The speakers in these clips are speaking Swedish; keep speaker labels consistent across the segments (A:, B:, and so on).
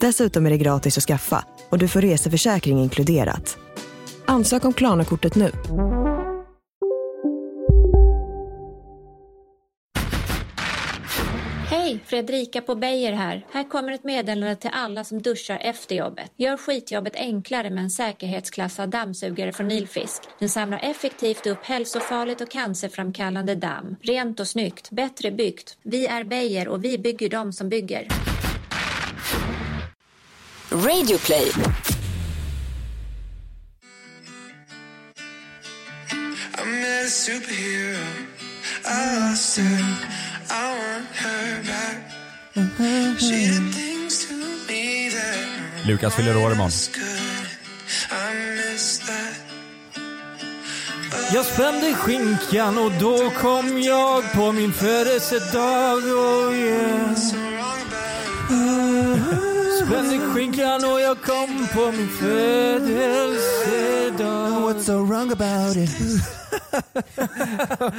A: Dessutom är det gratis att skaffa och du får reseförsäkring inkluderat. Ansök om Klarna-kortet nu.
B: Hej! Fredrika på Beijer här. Här kommer ett meddelande till alla som duschar efter jobbet. Gör skitjobbet enklare med en säkerhetsklassad dammsugare från Nilfisk. Den samlar effektivt upp hälsofarligt och cancerframkallande damm. Rent och snyggt. Bättre byggt. Vi är Beijer och vi bygger dem som bygger.
C: Radioplay.
D: I met a superhero. I lost her. I want her back. She did things to me that
E: Lukas fyller år imorgon.
D: was good. I miss that.
F: Jag spände skinkan och då kom jag på min födelsedag, oh yeah. Spände skinkan och jag kom på min födelsedag. What's so wrong about it?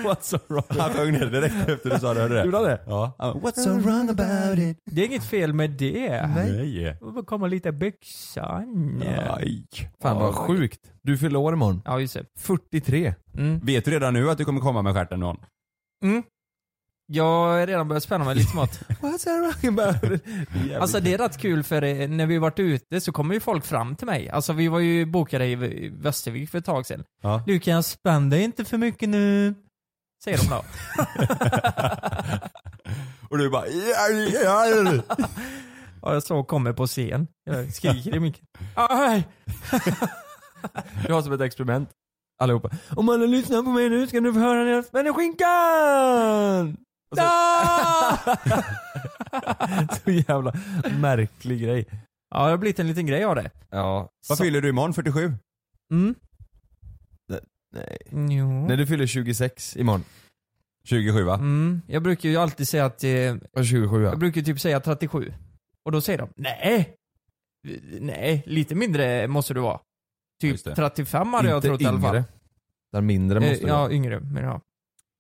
E: What's so wrong? Han sjöng ner direkt efter du sa det, hörde du det?
F: Gjorde han det?
E: Ja.
G: Ah,
E: Han bara,
F: What's so wrong about it? Det är inget fel med det.
E: Nej.
F: Det kommer lite byxan.
E: Nej.
G: Fan vad sjukt. Du fyller år imorgon.
F: Ja, just det.
G: 43.
F: Mm.
E: Vet du redan nu att du kommer komma med stjärten någon?
F: Jag har redan börjat spänna mig lite smått.
G: What's wrong about it?
F: Alltså det är rätt kul för eh, när vi varit ute så kommer ju folk fram till mig. Alltså vi var ju bokade i V- Västervik för ett tag sedan.
E: Ja.
F: Du kan spänn dig inte för mycket nu. Säger de då.
E: Och du bara ja, ja, ja.
F: ja, jag står och kommer på scen. Jag skriker i micken. Aj!
G: Du har som ett experiment.
F: Allihopa. Om alla lyssnar på mig nu ska ni få höra när jag spänner skinkan!
G: Och så-
F: så jävla märklig grej. Ja, det har blivit en liten grej av det.
G: Ja.
E: Vad fyller du imorgon? 47?
F: Mm.
G: Nej.
F: Jo.
G: Nej du fyller 26 imorgon.
E: 27 va?
F: Mm. Jag brukar ju alltid säga att eh,
G: Och 27 ja.
F: Jag brukar ju typ säga 37. Och då säger de nej. Nej, lite mindre måste du vara.
E: Just det.
F: Typ 35 hade jag trott i alla fall.
G: yngre. Den mindre
F: Eh,
G: måste du
F: Ja,
G: vara.
F: yngre. Men ja.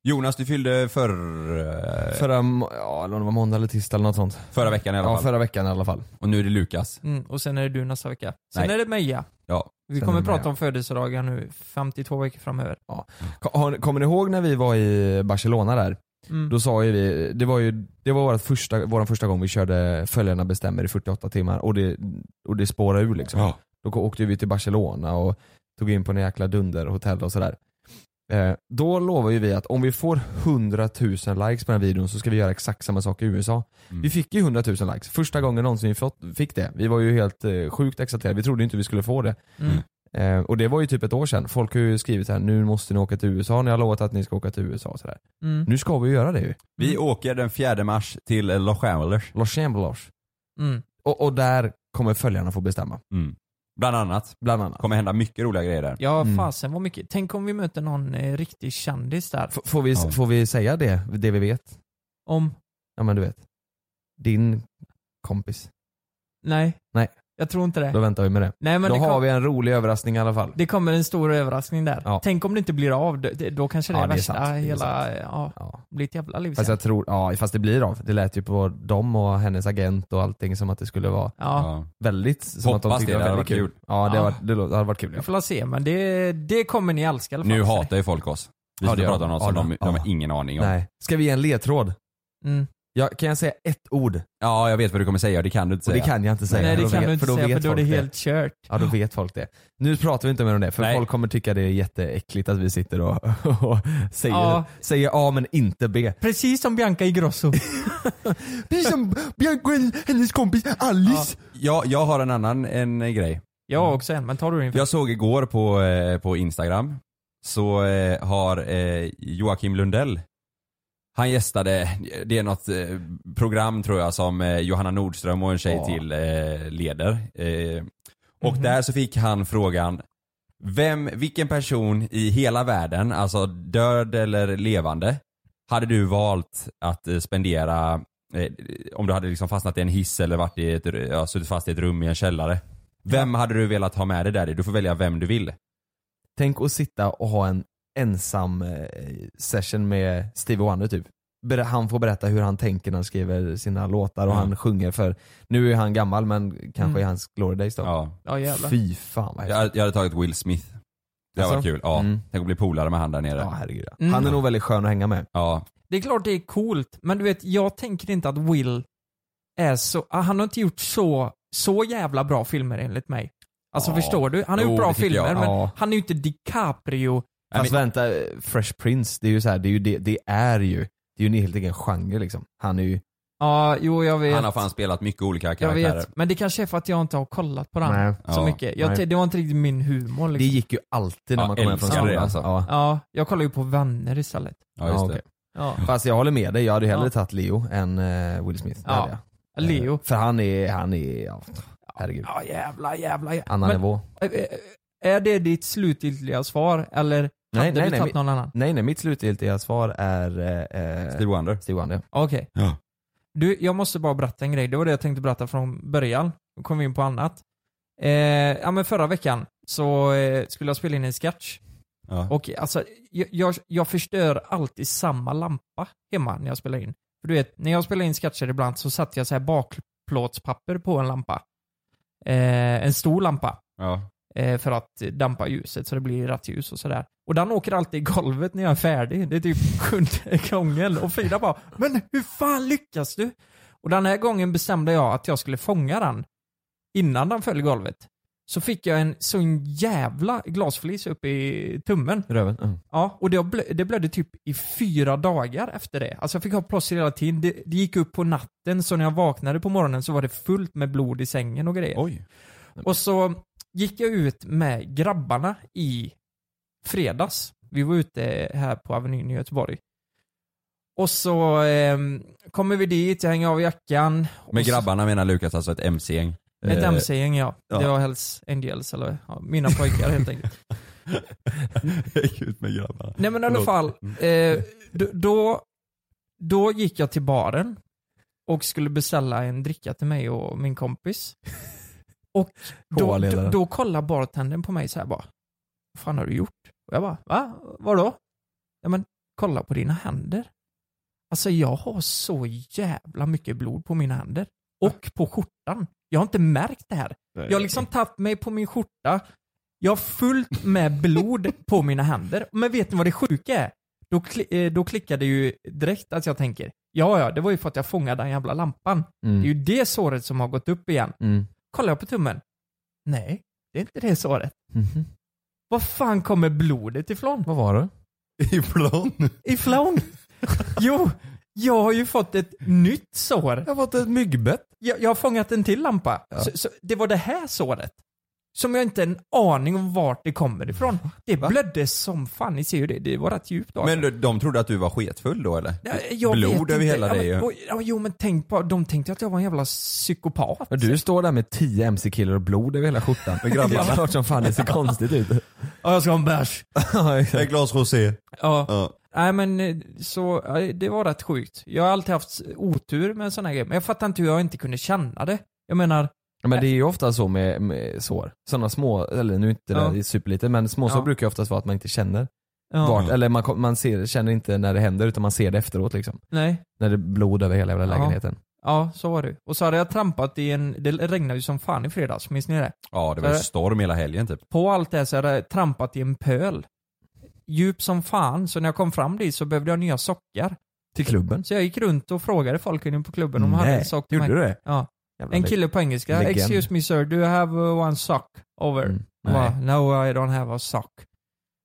E: Jonas, du fyllde förr,
G: Förra, må- ja eller om det var måndag eller tisdag eller något sånt.
E: förra veckan i alla
G: Ja
E: fall.
G: förra veckan i alla fall.
E: Och nu är det Lukas.
F: Mm. Och sen är det du nästa vecka. Sen
E: Nej.
F: är det Meja.
E: Ja.
F: Vi
G: Sen är
F: kommer
G: det
F: prata
G: Meja.
F: om födelsedagar nu 52 veckor framöver.
G: Ko- har ni- Kommer ni ihåg när vi var i Barcelona där?
F: Mm.
G: Då sa ju vi, det var ju det var vårt första, vår första gång vi körde Följarna bestämmer i 48 timmar och det, och det spårade ur liksom.
E: Ja.
G: Då ko- åkte vi till Barcelona och tog in på en jäkla dunderhotell och sådär. Eh, då lovar ju vi att om vi får 100 000 likes på den här videon så ska vi göra exakt samma sak i USA.
E: Mm.
G: Vi fick ju 100 000 likes, första gången någonsin vi fått, fick det. Vi var ju helt eh, sjukt exalterade, vi trodde inte vi skulle få det.
F: Mm.
G: Eh, och det var ju typ ett år sedan. Folk har ju skrivit här, nu måste ni åka till USA, ni har lovat att ni ska åka till USA och sådär.
F: Mm.
G: Nu ska vi ju göra det ju.
E: Vi åker den 4 mars till Los Angeles.
G: Los Chamberlains.
F: Mm.
G: Och, och där kommer följarna få bestämma,
E: Mm. Bland annat.
G: bland annat.
E: kommer hända mycket roliga grejer där.
F: Ja,
G: Mm.
F: fasen vad mycket. Tänk om vi möter någon eh, riktig kändis där.
G: F- får, vi,
E: Ja.
G: får vi säga det, det vi vet?
F: Om...
G: Ja men du vet. Din kompis.
F: Nej.
G: Nej.
F: Jag tror inte
G: Då
F: det.
G: väntar vi med det.
F: Nej, men
G: Då
F: det, kom...
G: har vi en rolig överraskning i alla fall.
F: det kommer en stor överraskning där.
G: Ja.
F: Tänk om det inte blir av. det- det- Då kanske det
G: Ja,
F: är
G: det är
F: värsta
G: sant. Det är
F: hela...
G: sant.
F: Ja.
G: Ja.
F: blir ett jävla liv
G: Fast
F: sen.
G: jag tror, ja fast det blir av. Det lät ju på dem och hennes agent och allting som att det skulle vara
F: Ja,
G: väldigt, som att de
E: Hoppas
G: tyckte
E: det, det hade
G: väldigt
E: varit
G: Ja det,
F: Ja.
G: Hade, varit, det lå- det hade varit kul
F: vi
G: ja.
F: får la se men det, det kommer ni älska i alla fall.
E: Nu hatar ju folk oss. Vi
G: Ja,
E: ska
G: det gör
E: prata om
G: de.
E: något som
G: Ja,
E: de,
G: det-
E: de
G: ja.
E: har ingen aning om.
G: Nej. Ska vi ge en ledtråd?
F: Mm.
A: Ja, kan jag säga ett ord?
G: Ja, jag vet vad du kommer säga. Det kan du inte
A: Och
G: säga.
A: det kan jag inte säga.
F: Nej, det
A: För då
F: kan
A: vet-
F: du inte
A: då
F: säga,
A: vet
F: för då är det
A: folk
F: helt kört.
A: Ja, då vet folk det. Nu pratar vi inte mer om det, för
F: Nej.
A: folk kommer tycka det är jätteäckligt att vi sitter och, och säger,
F: Ja.
A: säger A men inte B.
F: Precis som Bianca Ingrosso.
A: Precis som Bianca och hennes kompis Alice.
G: Jag, jag har en annan en eh, grej.
F: Jag har också en, men tar du din?
G: Jag såg igår på, eh, på Instagram, så eh, har eh, Joakim Lundell, han gästade, det är något eh, program tror jag som eh, Johanna Nordström och en tjej
A: Ja.
G: till eh, leder. Eh, och där så fick han frågan, vem, vilken person i hela världen, alltså död eller levande, hade du valt att eh, spendera, eh, om du hade liksom fastnat i en hiss eller varit i ett, ja, suttit fast i ett rum i en källare? Vem hade du velat ha med dig där i? Du får välja vem du vill.
A: Tänk att sitta och ha en ensam eh, session med Stevie Wonder typ. Ber- Han får berätta hur han tänker när han skriver sina låtar och
G: Mm.
A: han sjunger för, nu är han gammal men kanske
F: Mm.
A: är hans glory days då.
G: Ja.
F: Ja jävlar.
A: Fy fan vad
G: Jag,
A: häftigt.
G: hade- jag hade tagit Will Smith. Det hade varit
A: Alltså?
G: kul. Ja.
A: Mm.
G: Tänk att bli polare med han där nere.
A: Ja
G: Ja.
A: herregud. ja.
F: Mm.
A: Han är nog väldigt skön att hänga med.
F: Det är klart det är coolt, men du vet, jag tänker inte att Will är så... ah, Han har inte gjort så, så jävla bra filmer enligt mig. Alltså
G: Ja.
F: förstår du? Han har
G: Jo,
F: gjort bra
G: det tycker jag.
F: filmer, men
A: Ja.
F: han är ju inte DiCaprio.
A: Fast
G: men-
A: vänta, eh, Fresh Prince, det är ju så här, det är ju, det, det är ju, det är ju en helt egen genre liksom. Han är ju,
F: Ja, jo jag vet.
G: Han har fan spelat mycket olika
F: jag
G: karaktärer.
F: vet. Men det kanske är för att jag inte har kollat på den
A: Nej.
F: så
G: Ja.
F: mycket. Jag,
A: Nej.
F: t- det var inte riktigt min humor
A: det
F: liksom.
A: gick ju alltid när
G: Ja,
A: man kom hem från
G: älskar det
A: skolan.
G: alltså.
A: Ja.
F: Ja, jag kollar ju på vänner istället.
G: Ja, just
A: Ja,
G: det.
A: okej.
F: Ja.
A: Fast jag håller med dig, jag hade ju hellre
F: Ja.
A: tagit Leo än eh, Will Smith. Det
F: Ja.
A: hade jag.
F: Leo.
A: Eh, För han är, han är, ja, herregud.
F: Ja jävlar, jävlar, jävlar.
A: Annan
F: Men-
A: nivå.
F: Är det ditt slutgiltiga svar eller
A: Nej,
F: hade
A: nej,
F: du
A: nej,
F: tagit någon annan?
A: Nej nej, mitt slutgiltiga svar är eh, eh,
G: Steve Wonder.
A: Steve Wonder.
F: Okej.
G: Ja.
F: Du, jag måste bara berätta en grej. Det var det jag tänkte berätta från början. Nu kom vi in på annat. Eh, ja men förra veckan så eh, skulle jag spela in en sketch.
G: Ja.
F: Och alltså, jag, jag, jag förstör alltid samma lampa hemma när jag spelar in. För du vet, när jag spelar in sketcher ibland så satte jag så här bakplåtspapper på en lampa. Eh, en stor lampa.
G: Ja.
F: eh, för att dampa ljuset så det blir rätt ljus och sådär. Och den åker alltid i golvet när jag är färdig. Det är typ sjunde gången. Och Frida bara “Men hur fan lyckas du?” Och den här gången bestämde jag att jag skulle fånga den innan den föll i golvet. Så fick jag en sån jävla glasflis upp i tummen.
A: Röven. Mm.
F: Ja, och det, blö- det blödde typ i fyra dagar efter det. Alltså jag fick ha plåster hela tiden. Det, det gick upp på natten, så när jag vaknade på morgonen så var det fullt med blod i sängen och grejer.
G: Oj.
F: Och så gick jag ut med grabbarna i fredags. Vi var ute här på Avenyn i Göteborg. Och så ehm, kommer vi dit, jag hänger av jackan.
G: Med
F: Och så-
G: grabbarna menar Lukas alltså ett MC-gäng.
F: Ett
G: Eh,
F: MC-gäng ja.
G: ja.
F: Det var Hells Angels, eller ja, mina pojkar helt enkelt.
G: Jag gick ut med grabbarna.
F: Nej men i alla
G: Förlåt. Mm.
F: fall, eh, d- då, då gick jag till baren och skulle beställa en dricka till mig och min kompis. Och då,
A: K-ledaren.
F: då, då kollar bartendern på mig så här bara, vad fan har du gjort? Och jag bara, va? Vadå? Ja men, kolla på dina händer. Alltså jag har så jävla mycket blod på mina händer. Och på skjortan. Jag har inte märkt det här. Jag har liksom tagit mig på min skjorta, jag har fullt med blod på mina händer. Men vet ni vad det sjuka är? Då, kli- eh, då klickade ju direkt att jag tänker, ja ja, det var ju för att jag fångade den jävla lampan. Det är
A: Mm.
F: ju det såret som har gått upp igen.
A: Mm.
F: Kollar jag på tummen? Nej, det är inte det såret.
A: Mhm.
F: Var fan kommer blodet ifrån?
A: Vad var det?
G: Ibland.
F: Ifrån? jo, jag har ju fått ett nytt sår.
A: Jag har fått ett myggbett.
F: Jag, jag har fångat en till lampa. Så, så det var det här såret. Som jag inte har en aning om vart det kommer ifrån. Det blödde som fan, ni ser ju det. Det var rätt djupt då.
G: Men du- de trodde att du var sketfull då eller?
F: Ja, jag
G: Blod
F: vet inte.
G: över hela
F: ja,
G: dig ju.
F: men, oj, ja, Jo men tänk på, de tänkte att jag var en jävla psykopat.
A: Men du står där med 10 MC-killar och blod över hela typ. skjortan. Med grabbarna. Det är klart som fan det ser konstigt ut.
F: Ja, jag ska ha en bärs.
A: Ja, exakt.
G: Ett glas rosé.
F: Ja.
G: Ja.
F: Nej men eh, så, ja, det var rätt sjukt. Jag har alltid haft otur med sådana här grejer. Men jag fattar inte hur jag inte kunde känna det. Jag menar,
A: Men det är ju ofta så med, med sår. Sådana små, eller nu är inte
F: Ja.
A: det här superlite, men småsår
F: Ja.
A: brukar ju oftast vara att man inte känner.
F: ja,
A: Vart, eller man, kom- man ser, känner inte när det händer utan man ser det efteråt liksom.
F: nej.
A: När det är blod över hela jävla
F: Ja.
A: lägenheten.
F: Ja, så var det. Och så hade jag trampat i en, det regnade ju som fan i fredags, minns ni det?
G: Ja, det var ju storm hela helgen typ.
F: På allt det här så hade jag trampat i en pöl. Djup som fan, så när jag kom fram dit så behövde jag nya sockar.
A: Till klubben?
F: Så jag gick runt och frågade folk inne på klubben om de
A: Nej,
F: hade en sock till
A: gjorde
F: mig.
A: du det?
F: Ja.
A: Jävla
F: en
A: leg-
F: kille på engelska.
A: legend.
F: Excuse me sir, do you have uh, one sock over?
A: Mm,
F: Jag bara,
A: nej.
F: no I don't have a sock.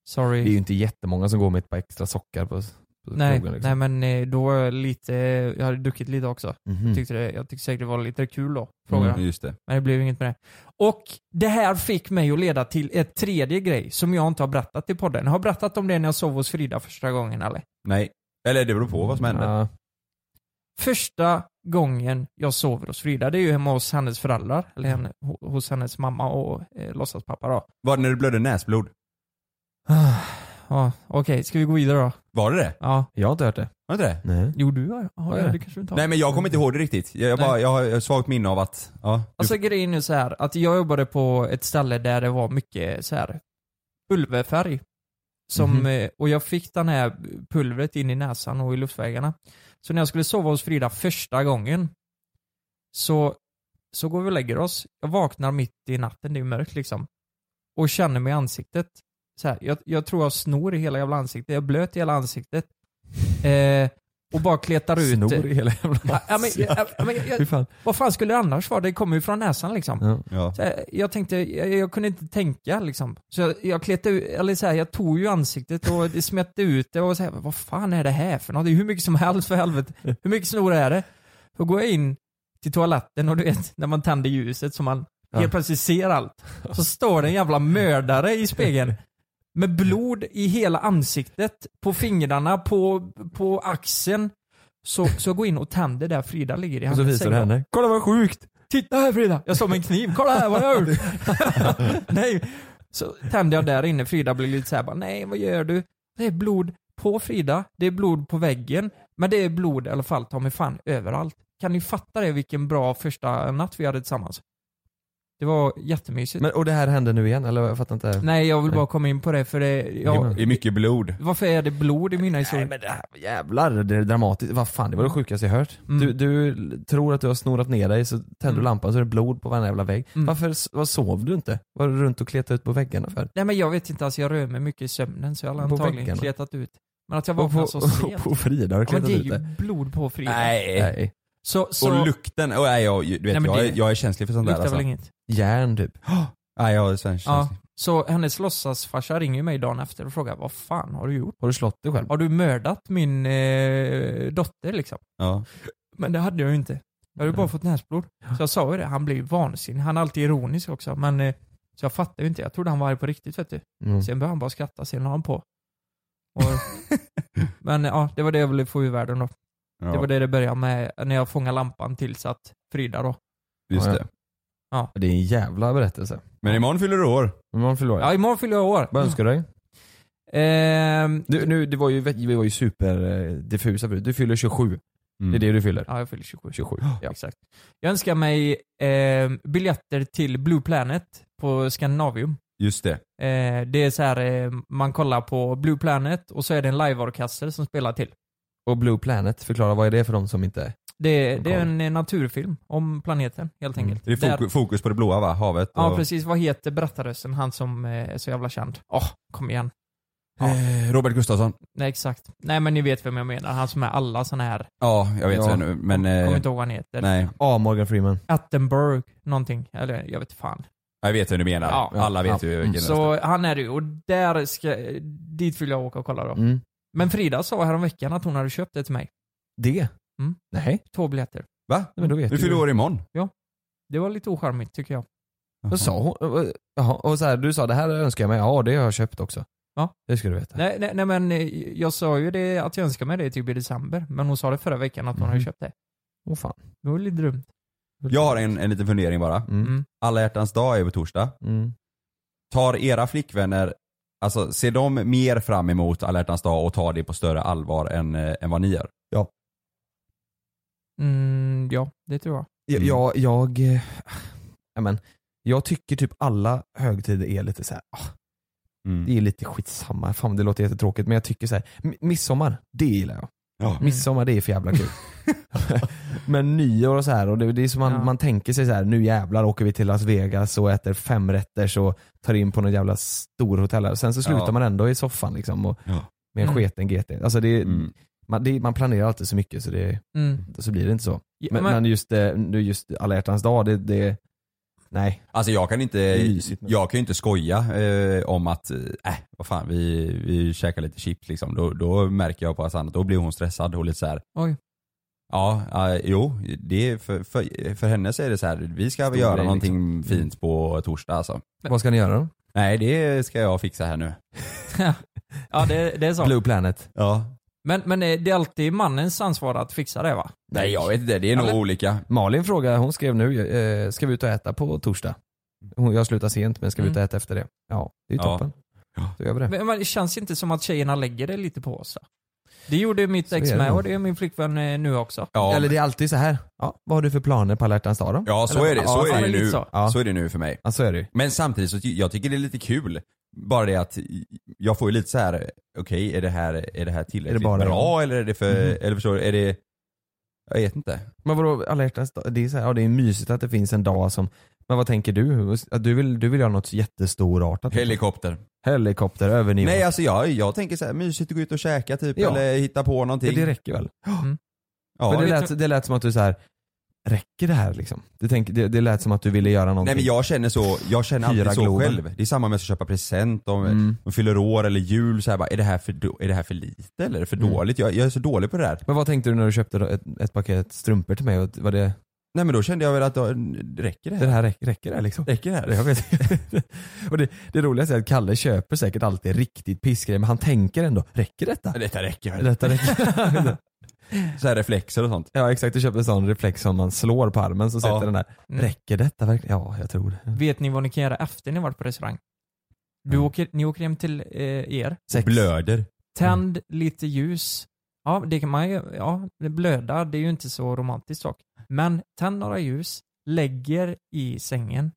F: Sorry.
A: Det är ju inte jättemånga som går med ett par extra sockar på, på
F: nej,
A: krogen liksom.
F: nej men eh, då var jag lite, jag hade druckit lite också.
A: Mhm.
F: Jag, tyckte det, jag tyckte säkert det var lite kul då. Frågade
G: Mm, just det.
F: Men det blev inget med det. Och det här fick mig att leda till ett tredje grej som jag inte har berättat i podden. Har jag berättat om det när jag sov hos Frida första gången eller?
G: Nej. Eller det beror på vad som händer.
A: Ja.
F: Första gången jag sover hos Frida, det är ju hemma hos hennes föräldrar, eller henne, ho- hos hennes mamma och eh, låtsaspappa då.
G: Var det när du blödde näsblod?
F: Ja, Okej, ska vi gå vidare då?
G: Var det det?
F: Ja.
A: Jag har inte hört det.
G: Var det det?
A: Nej.
F: Jo du har ja,
A: Vad är
F: det,
A: det?
F: det kanske du inte har.
G: Nej men jag kommer inte ihåg det riktigt. Jag, jag,
F: Nej.
G: bara, jag har ett svagt minne av att, ja. du-
F: Alltså grejen är så här att jag jobbade på ett ställe där det var mycket så här pulverfärg. Som,
A: Mhm.
F: eh, Och jag fick den här pulvret in i näsan och i luftvägarna. Så när jag skulle sova hos Frida första gången så, så går vi och lägger oss. Jag vaknar mitt i natten, det är mörkt liksom. Och känner mig i ansiktet. Så här, jag, jag tror jag snor i hela jävla ansiktet. Jag är blöt i hela ansiktet. Eh, och bara kletar ut.
A: Snor i hela jävla
F: Ja, ja, men, ja, ja, men,
A: Fy
F: jag,
A: fan.
F: vad fan skulle det annars vara? Det kommer ju från näsan liksom.
A: Ja.
G: Ja.
F: Så här, jag tänkte, jag, jag kunde inte tänka liksom. Så jag, jag kletade ut, eller så här, jag tog ju ansiktet och det smette ut det och så här, vad fan är det här för något? Det är hur mycket som helst för helvete. Hur mycket snor är det? Då går jag in till toaletten och du vet, när man tänder ljuset så man
A: Ja.
F: helt plötsligt ser allt. Så står det en jävla mördare i spegeln. Med blod i hela ansiktet, på fingrarna, på, på axeln. Så, så jag går in och tänder där Frida ligger i
A: Och så
F: hennes
A: visar
F: säng.
A: du
F: då.
A: henne. Kolla vad sjukt!
F: Titta här Frida! Jag står med en kniv, kolla här vad jag har gjort! nej! Så tände jag där inne, Frida blir lite såhär bara, nej vad gör du? Det är blod på Frida, det är blod på väggen, men det är blod i alla fall ta mig fan överallt. Kan ni fatta det vilken bra första natt vi hade tillsammans? Det var jättemysigt.
A: Men, och det här hände nu igen, eller jag fattar inte.
F: nej jag vill bara komma in på det för det, jag,
G: Det är mycket blod.
F: varför är det blod i mina
A: Nej
F: historier?
A: men det här, jävlar, det är dramatiskt. Vad fan, det var det sjukaste jag hört.
F: Mm.
A: Du, du tror att du har snorat ner dig, så tänder du
F: Mm.
A: lampan så är det blod på varenda jävla vägg.
F: Mm.
A: Varför s- vad sov du inte? Var du runt och kletade ut på väggarna för?
F: Nej men jag vet inte, alltså jag rör mig mycket i sömnen så jag har
A: På
F: antagligen
A: väggarna?
F: kletat ut. Men att jag
A: Och på,
F: vaknade alltså så
A: och
F: sent.
A: på Frida har du
F: Ja, men
A: kletat
F: det är
A: ut
F: ju
A: det?
F: blod på Frida.
G: Nej.
A: Nej.
F: Så, så,
G: Och lukten, oh, nej, jag, du vet,
F: Nej, men
G: jag,
F: det-
G: är, jag är känslig för sånt där
F: luktar
G: alltså.
F: väl inget.
A: Järn typ.
G: Nej jag är svensk
F: Ja.
G: känslig.
F: Så hennes låtsasfarsa ringer ju mig dagen efter och frågar vad fan har du gjort?
A: Har du slått dig själv?
F: Har du mördat min eh, dotter liksom?
G: Ja.
F: Men det hade jag ju inte. Jag hade ju bara fått näsblod. Så jag sa ju det, han blev ju vansinnig. Han är alltid ironisk också men eh, så jag fattar ju inte. Jag trodde han var arg på riktigt vet du.
A: Mm.
F: Sen började han bara skratta, sen la han på. Och, men eh, ja, det var det jag ville få ur världen då.
G: ja.
F: Det var det det började med när jag fångade lampan tillsatt Frida då.
G: Just
A: Ja, ja.
G: det.
A: Det är en jävla berättelse.
G: Men imorgon fyller du år.
A: Men man förlorar.
F: Ja, imorgon fyller jag år.
A: Vad önskar du dig?
F: Ehm,
A: Du, nu, det var ju, vi var ju superdiffusa förut. Du fyller 27.
G: Mm.
A: Det är det du fyller.
F: Ja, jag fyller 27.
A: 27.
F: Ja. Exakt. Jag önskar mig eh, biljetter till Blue Planet på Scandinavium.
G: Just det.
F: Eh, det är så här, eh, man kollar på Blue Planet och så är det en liveorkester som spelar till.
A: Och Blue Planet, förklara vad är det för de som inte...
F: Det,
A: Och
F: det är en eh, naturfilm om planeten helt
A: Mm.
F: enkelt.
G: Det är
F: Där-
G: fokus, fokus på det blåa va? Havet och...
F: Ja precis, vad heter berättarrösten, han som eh, är så jävla känd? Åh, kom igen.
G: Eh, Robert Gustafsson.
F: Nej exakt. Nej men ni vet vem jag menar, han som är alla såna här,
G: Ja, jag vet
A: Ja.
G: så nu. Men...
F: kommer
G: Eh,
F: inte ihåg vad han heter.
G: nej.
A: Ja, Morgan Freeman.
F: Attenberg någonting, eller jag vet fan.
G: Jag vet hur du menar.
F: Ja.
G: Alla vet
A: Ja.
G: ju
A: Mm.
G: vilken röst
F: Så han är det ju, och där ska, dit vill jag åka och kolla då.
A: Mm.
F: Men Frida sa häromveckan att hon hade köpt det till mig.
A: Det?
F: Mm.
A: Nej,
F: Två biljetter.
G: Va?
A: men då vet
G: Du fyller år imorgon.
F: Det var lite ocharmigt tycker jag.
A: Vad sa hon? Jaha, och så här, du sa det här önskar jag mig. Ja, det har jag köpt också.
F: Ja.
A: Det ska du veta.
F: Nej, nej, nej men eh, jag sa ju det att jag önskar mig det typ i december, men hon sa det förra veckan att hon hade
A: Mhm.
F: köpt det.
A: Åh fan.
F: Det var lite dumt.
G: Jag har en, en liten fundering bara.
A: Mm.
F: Mm.
G: Alla hjärtans dag är på torsdag.
A: Mm.
G: Tar era flickvänner, alltså ser de mer fram emot alla hjärtans dag och tar det på större allvar än, eh, än vad ni gör?
F: Mm, ja, det tror jag.
A: Jag,
G: Mm.
A: jag, jag, eh, ja, men, jag tycker typ alla högtider är lite så här, ah,
G: Mm.
A: det är lite skitsamma. Fan det låter jättetråkigt men jag tycker så här, mi- midsommar, det gillar jag.
F: Mm.
G: Ja.
A: Midsommar det är för jävla kul. men nyår och så här, och det, det är som man,
F: Ja.
A: man tänker sig så här, nu jävlar åker vi till Las Vegas och äter femrätters och tar in på något jävla storhotell. här. Sen så slutar
G: Ja.
A: man ändå i soffan liksom och
G: Ja.
A: med en
F: Mm.
A: sketen GT. Alltså det,
G: Mm.
A: man, det, man planerar alltid så mycket så, det,
F: Mm.
A: så blir det inte så.
F: Ja,
A: Men,
F: men-
A: men just, eh, nu just alla hjärtans dag, det, det nej.
G: Alltså jag kan inte,
A: är mysigt, men-
G: jag kan ju inte skoja eh, om att, eh, äh, vad fan vi, vi käkar lite chips liksom. Då, då märker jag på Hassan att då blir hon stressad och lite så här.
F: Oj.
G: Ja, eh, jo, det är för, för, för henne så är det så här, vi ska
A: Stor
G: göra
A: grej,
G: någonting fint på torsdag alltså.
A: Vad ska ni göra då?
G: Nej det ska jag fixa här nu.
F: Ja, det, det är så.
A: Blue Planet.
G: Ja.
F: Men, men eh, det är alltid mannens ansvar att fixa det va?
G: Nej jag vet inte, det är nog
F: Eller?
G: olika.
A: Malin frågar, hon skrev nu, eh, ska vi ut och äta på torsdag? Hon, jag slutar sent men ska vi ut och äta efter det? Ja, det är ju
G: Ja.
A: toppen. Då gör vi det.
F: Mm. Men, men det känns inte som att tjejerna lägger det lite på oss. va? Det gjorde mitt
A: Så
F: ex
A: är det
F: med
A: nog.
F: och det gör min flickvän eh, nu också.
G: Ja,
A: Eller det är alltid så här. Ja, vad har du för planer på alla hjärtans dag då?
G: ja så
A: Eller-
G: är det,
A: Ja,
G: så
F: ja,
G: är det
F: lite
G: nu.
F: så.
A: Ja.
G: Så är det nu för mig.
A: ja, så är det ju.
G: Men samtidigt så ty- jag tycker det är lite kul. Bara det att jag får ju lite så här. okej är det här, är det här tillräckligt
A: Är det bara
G: bra
A: jag? Mhm.
G: eller är det för, eller förstår du, är det, jag vet inte.
A: Men vadå alla hjärtans dag? Det är, så här, ja, det är mysigt att det finns en dag som, men vad tänker du? Att Du vill, du vill göra något jättestorartat?
G: Helikopter.
A: Helikopter över New
G: Nej
A: York.
G: alltså jag, jag tänker så här mysigt att gå ut och käka typ
A: Ja.
G: eller hitta på
A: Ja,
G: någonting.
A: det räcker väl?
G: ja.
A: men det,
F: vet
A: lät, det lät som att du så här. räcker det här liksom? Du tänker, det, det lät som att du ville göra någonting.
G: Nej men jag känner så, jag känner
A: Hyra
G: alltid så
A: Globen.
G: själv. Det är samma med att köpa present, om
A: Mm.
G: om fyller år eller jul så här, bara, är, det här för, do- är det här för lite eller är det för
A: Mm.
G: dåligt? Jag, jag är så dålig på det där.
A: Men vad tänkte du när du köpte då ett, ett paket strumpor till mig? Och var det,
G: Nej men då kände jag väl att då, räcker det här?
A: det här räcker, räcker det här liksom?
G: Räcker det här?
A: Jag vet inte. Och det, det roligaste är att Kalle köper säkert alltid riktigt pissgrejer men han tänker ändå, räcker detta?
G: Detta räcker väl?
A: Detta räcker.
G: Så här reflexer och sånt.
A: ja exakt, du köper en sån reflex som man slår på armen så sätter
G: Ja.
A: den där.
F: Mm.
A: Räcker detta verkligen? Ja, jag tror det.
F: Vet ni vad ni kan göra efter ni varit på restaurang? Du
A: Mm.
F: åker, ni åker hem till eh, er,
A: Sex.
G: Blöder.
F: tänd
A: Mm.
F: lite ljus. Ja, det kan man ju, ja, det blöda, det är ju inte så romantiskt dock. Men tänd några ljus, lägger i sängen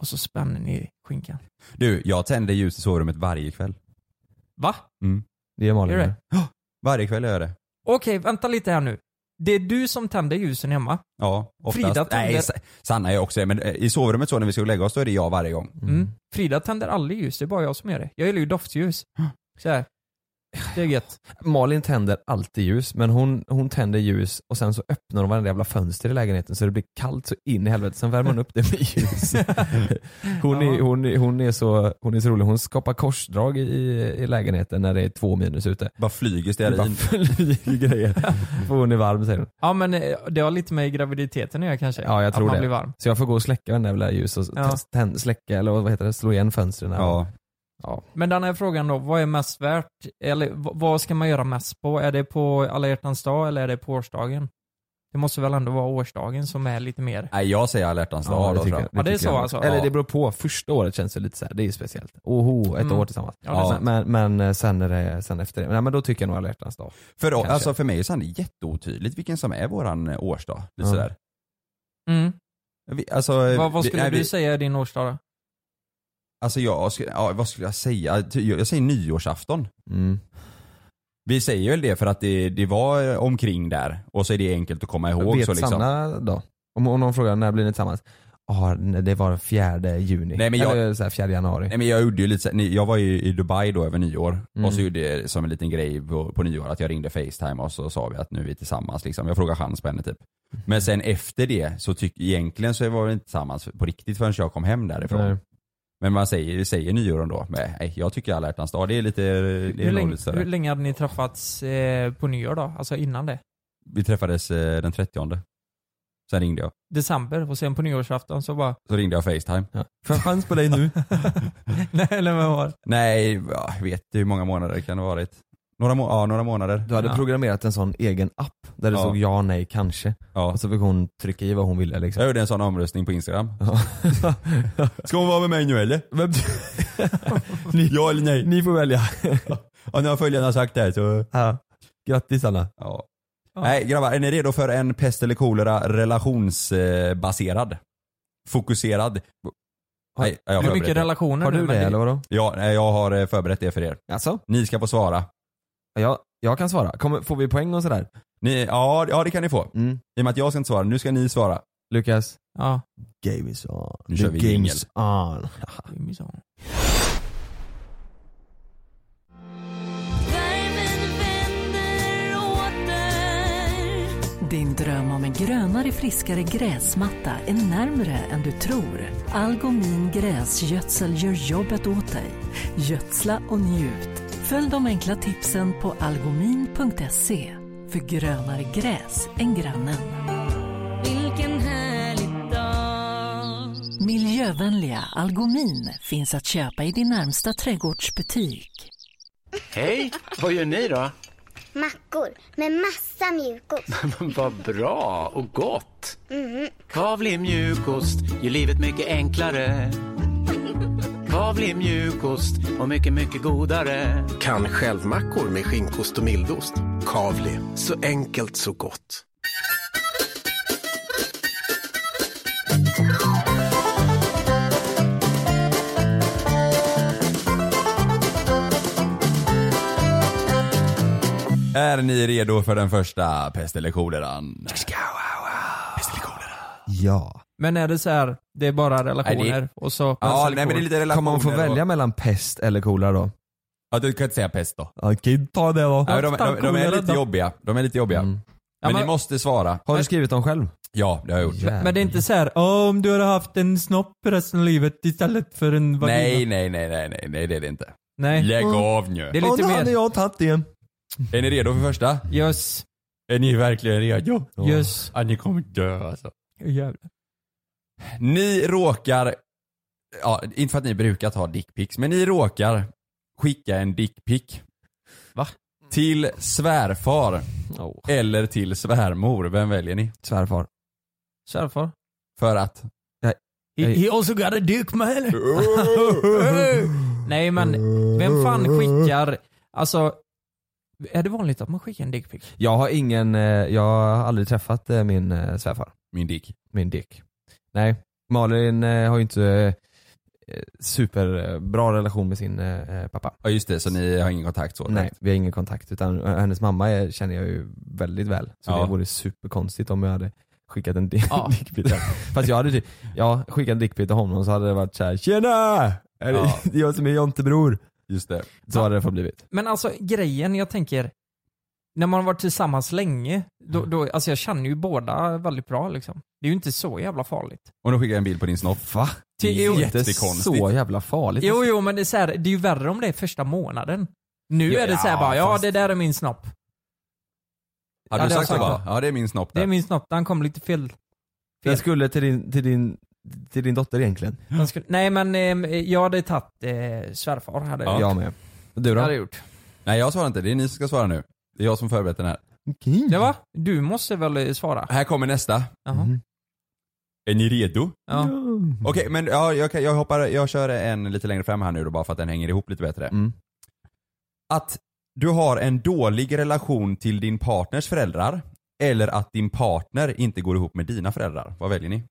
F: och så spänner ni skinkan.
G: Du, jag tänder ljus i sovrummet varje kväll.
F: Va?
A: Det gör Malin.
F: Gör det?
G: Varje kväll gör jag det.
F: Okej, vänta lite här nu. Det är du som tänder ljusen hemma.
G: Ja, oftast.
F: Frida tänder-
G: Nej, Sa- Sanna är också men eh, i sovrummet så när vi ska gå och lägga oss då är det jag varje gång.
F: Mm. Frida tänder aldrig ljus, det är bara jag som gör det. Jag gillar ju doftljus. Så här. Det är gött.
A: Malin tänder alltid ljus, men hon, hon tänder ljus och sen så öppnar hon varenda jävla fönster i lägenheten så det blir kallt så in i helvete. Sen värmer hon upp det med ljus. Hon är,
F: Ja.
A: hon, är, hon, är så, hon är så rolig, hon skapar korsdrag i, i lägenheten när det är två minus ute.
G: Bara flyger
A: Det bara
G: stearin.
A: flyger grejer. För hon är varm säger hon.
F: Ja men eh, det har lite med graviditeten att göra kanske.
A: Ja, jag tror
F: att man
A: det.
F: blir varm.
A: Så jag får gå och släcka den där jävla ljus och
F: Ja.
A: tänd- tänd, släcka eller vad heter det, slå igen fönstren. här.
G: Ja.
F: Men den här frågan då, vad är mest värt? Eller v- vad ska man göra mest på? Är det på alla hjärtans dag eller är det på årsdagen? Det måste väl ändå vara årsdagen som är lite mer.
G: Nej, jag säger alla hjärtans dag. då, tror jag.
F: Ja, det
A: Alltså,
F: är
A: tycker
F: så
A: jag.
F: alltså.
A: Eller
F: Ja.
A: det beror på, första året känns det lite så här, det är ju speciellt. Oho, ett
F: Mm.
A: år tillsammans.
F: Ja, det är
A: Ja,
F: sant.
A: men, men eh, sen, är det, sen efter det, nej, men då tycker jag nog alla hjärtans dag.
G: För,
A: Kanske.
G: alltså, för mig är det jätteotydligt vilken som är våran eh, årsdag. Lite
A: Ja.
G: sådär.
F: Mm.
G: Vi, alltså, eh,
F: Vad, vad
G: vi-
F: skulle
G: nej,
F: du
G: vi-
F: säga är din årsdag då?
G: Alltså jag, skulle- ja, vad skulle jag säga? Ty- Jag jag säger nyårsafton.
A: Mm.
G: Vi säger väl det för att det, det var eh, omkring där och så är det enkelt att komma ihåg.
A: Vet
G: så, liksom.
A: Sanna då? Om, om någon frågar när blir ni tillsammans? Ja, nej, det var fjärde juni.
G: Nej, men jag-
A: Eller så här, fjärde januari.
G: Nej men jag gjorde ju lite så här- ni- jag var ju i Dubai då över nyår
A: Mm.
G: och så gjorde jag som en liten grej på, på nyår att jag ringde Facetime och så sa vi att nu är vi tillsammans liksom. Jag frågade chans på henne typ.
A: Mm.
G: Men sen efter det så tycker egentligen så var vi inte tillsammans på riktigt förrän jag kom hem därifrån.
A: Nej.
G: Men man säger, vi säger nyår ändå. Men, nej, jag tycker alla hjärtans dag, det är lite, det
F: Hur
G: är nog lite
F: länge, hur
G: större.
F: länge hade ni träffats eh, på nyår då? Alltså innan det?
G: Vi träffades eh, den 30 Sen ringde jag.
F: December och sen på nyårsafton så bara,
G: Så ringde jag Facetime.
A: Ja. Får jag chans på dig nu?
F: nej eller vad var det?
G: Nej, jag vet inte hur många månader kan det ha varit. Några, må- ja, några månader.
A: Du hade
F: Ja.
A: programmerat en sån egen app där det
G: Ja.
A: stod ja, nej, kanske.
G: Ja.
A: Och så fick hon trycka i vad hon ville liksom.
G: Jag gjorde en sån omröstning på Instagram.
A: Ja.
G: Ska hon vara med mig nu eller? ja eller nej?
A: Ni får välja.
G: Ja, nu har följarna sagt det här så...
A: Ja. Grattis Anna.
G: Ja. Nej grabbar, är ni redo för en pest eller kolera relationsbaserad? Fokuserad? Nej, jag har
F: Hur mycket
G: förberett det.
F: relationer?
A: Har
F: nu,
A: du
F: men
A: det eller vadå?
G: Ja, nej, jag har eh, förberett det för er.
A: Alltså?
G: Ni ska få svara.
A: Jag, jag kan svara. Kommer, får vi poäng och sådär?
G: Ni, ja, ja, det kan ni få.
A: Mm.
G: I och med att jag ska inte svara, nu ska ni svara.
A: Lukas?
F: Ja.
A: Game is on.
G: Nu kör vi
A: The
G: jingel.
A: game's on.
D: Värmen vänder och
H: Din dröm om en grönare, friskare gräsmatta är närmre än du tror. Algomin gräsgödsel gör jobbet åt dig. Gödsla och njut. Följ de enkla tipsen på algomin.se. För grönare gräs än grannen.
I: Vilken härlig dag.
H: Miljövänliga Algomin finns att köpa i din närmsta trädgårdsbutik.
J: Hej! Vad gör ni då?
K: Mackor med massa mjukost.
J: Vad bra och gott! Kavli mjukost gör livet mycket enklare. Kavli mjukost och mycket, mycket godare.
L: Kan självmackor med skinkost och mildost. Kavli, så enkelt så gott.
G: Är ni redo för den första pest eller koleran?
A: Ja.
F: Men är det så här, det är bara relationer
G: Nej, det-
F: och så...
G: Ja, nej, men det är lite relationer
A: Kommer man få
G: och-
A: välja mellan pest eller kolera då?
G: Ja, du kan inte säga pest då.
A: Ja, kid, ta det då.
G: Nej, de, de, de är lite jobbiga. De är lite jobbiga. Men, ni måste svara.
A: Mm. Har du skrivit dem själv?
G: Ja, det har jag gjort.
F: Men det är inte så här, "Åh, om du hade haft en snopp resten av livet istället för en vagina.
G: Nej, nej, nej, nej, nej, nej, det är det inte.
F: Nej.
G: Lägg
F: Mm.
G: av nu.
F: Det är lite mer...
A: jag tagit igen.
G: Är ni redo för första?
F: Yes.
G: Är ni verkligen redo?
F: Yes.
G: Ja, ni kommer dö alltså.
F: Jävlar.
G: Ni råkar, ja, inte för att ni brukar ta dickpics, men ni råkar skicka en dickpic.
F: Va?
G: Till svärfar. Eller till svärmor. Vem väljer ni?
A: Svärfar.
F: Svärfar.
G: För att?
F: He, he also got a dick man. Nej men, vem fan skickar, alltså, är det vanligt att man skickar en dickpic?
A: Jag har ingen, eh, jag har aldrig träffat eh, min eh, svärfar.
G: Min dick.
A: Min dick. Nej, Malin eh, har ju inte eh, superbra relation med sin eh, pappa.
G: Ja just det, så ni har ingen kontakt så?
A: Nej, vi har ingen kontakt utan eh, hennes mamma är, känner jag ju väldigt väl. Så
G: Ja.
A: det vore superkonstigt om jag hade skickat en di-
G: Ja.
A: dickpic. till- Fast jag hade ju- ja, skickat en dickpic till honom så hade det varit såhär Tjena! Är det
F: Ja.
A: det är jag som är Jontebror?
G: Just det.
A: Så hade det fått blivit.
F: Men alltså grejen, jag tänker, när man har varit tillsammans länge,
A: Mm.
F: då, då, alltså jag känner ju båda väldigt bra liksom. Det är ju inte så jävla farligt.
G: Och de skickar en bild på din snopp.
A: Va?
G: Det är
F: Jo.
G: ju
F: Inte
G: jättekonstigt.
A: så jävla farligt.
F: Jo, jo, men det är, så här, det är ju värre om det är första månaden. Nu
G: Ja,
F: är det så här
G: ja,
F: bara, ja
G: fast-
F: det där är min snopp.
G: Hade
F: Ja,
G: du
F: det har
G: sagt så
F: jag
G: bara?
F: sagt.
G: Ja det är min snopp där.
F: Det är min snopp, den kom lite fel.
A: Jag skulle till din, till din, till din dotter egentligen.
F: Den skulle, nej men eh, jag hade tagit eh, svärfar. Hade
G: Ja.
A: Jag med. Du
F: Hade
A: då?
F: jag gjort.
G: Nej jag svarar inte, det är ni som ska svara nu. Det är jag som förberett den här.
F: Det var, du måste väl eh, svara?
G: Här kommer nästa.
F: Jaha.
A: Mhm.
G: Är ni redo?
F: Ja.
G: Okej men ja, jag, kan- jag hoppar, jag kör en lite längre fram här nu då bara för att den hänger ihop lite bättre.
A: Mm.
G: Att du har en dålig relation till din partners föräldrar eller att din partner inte går ihop med dina föräldrar. Vad väljer ni?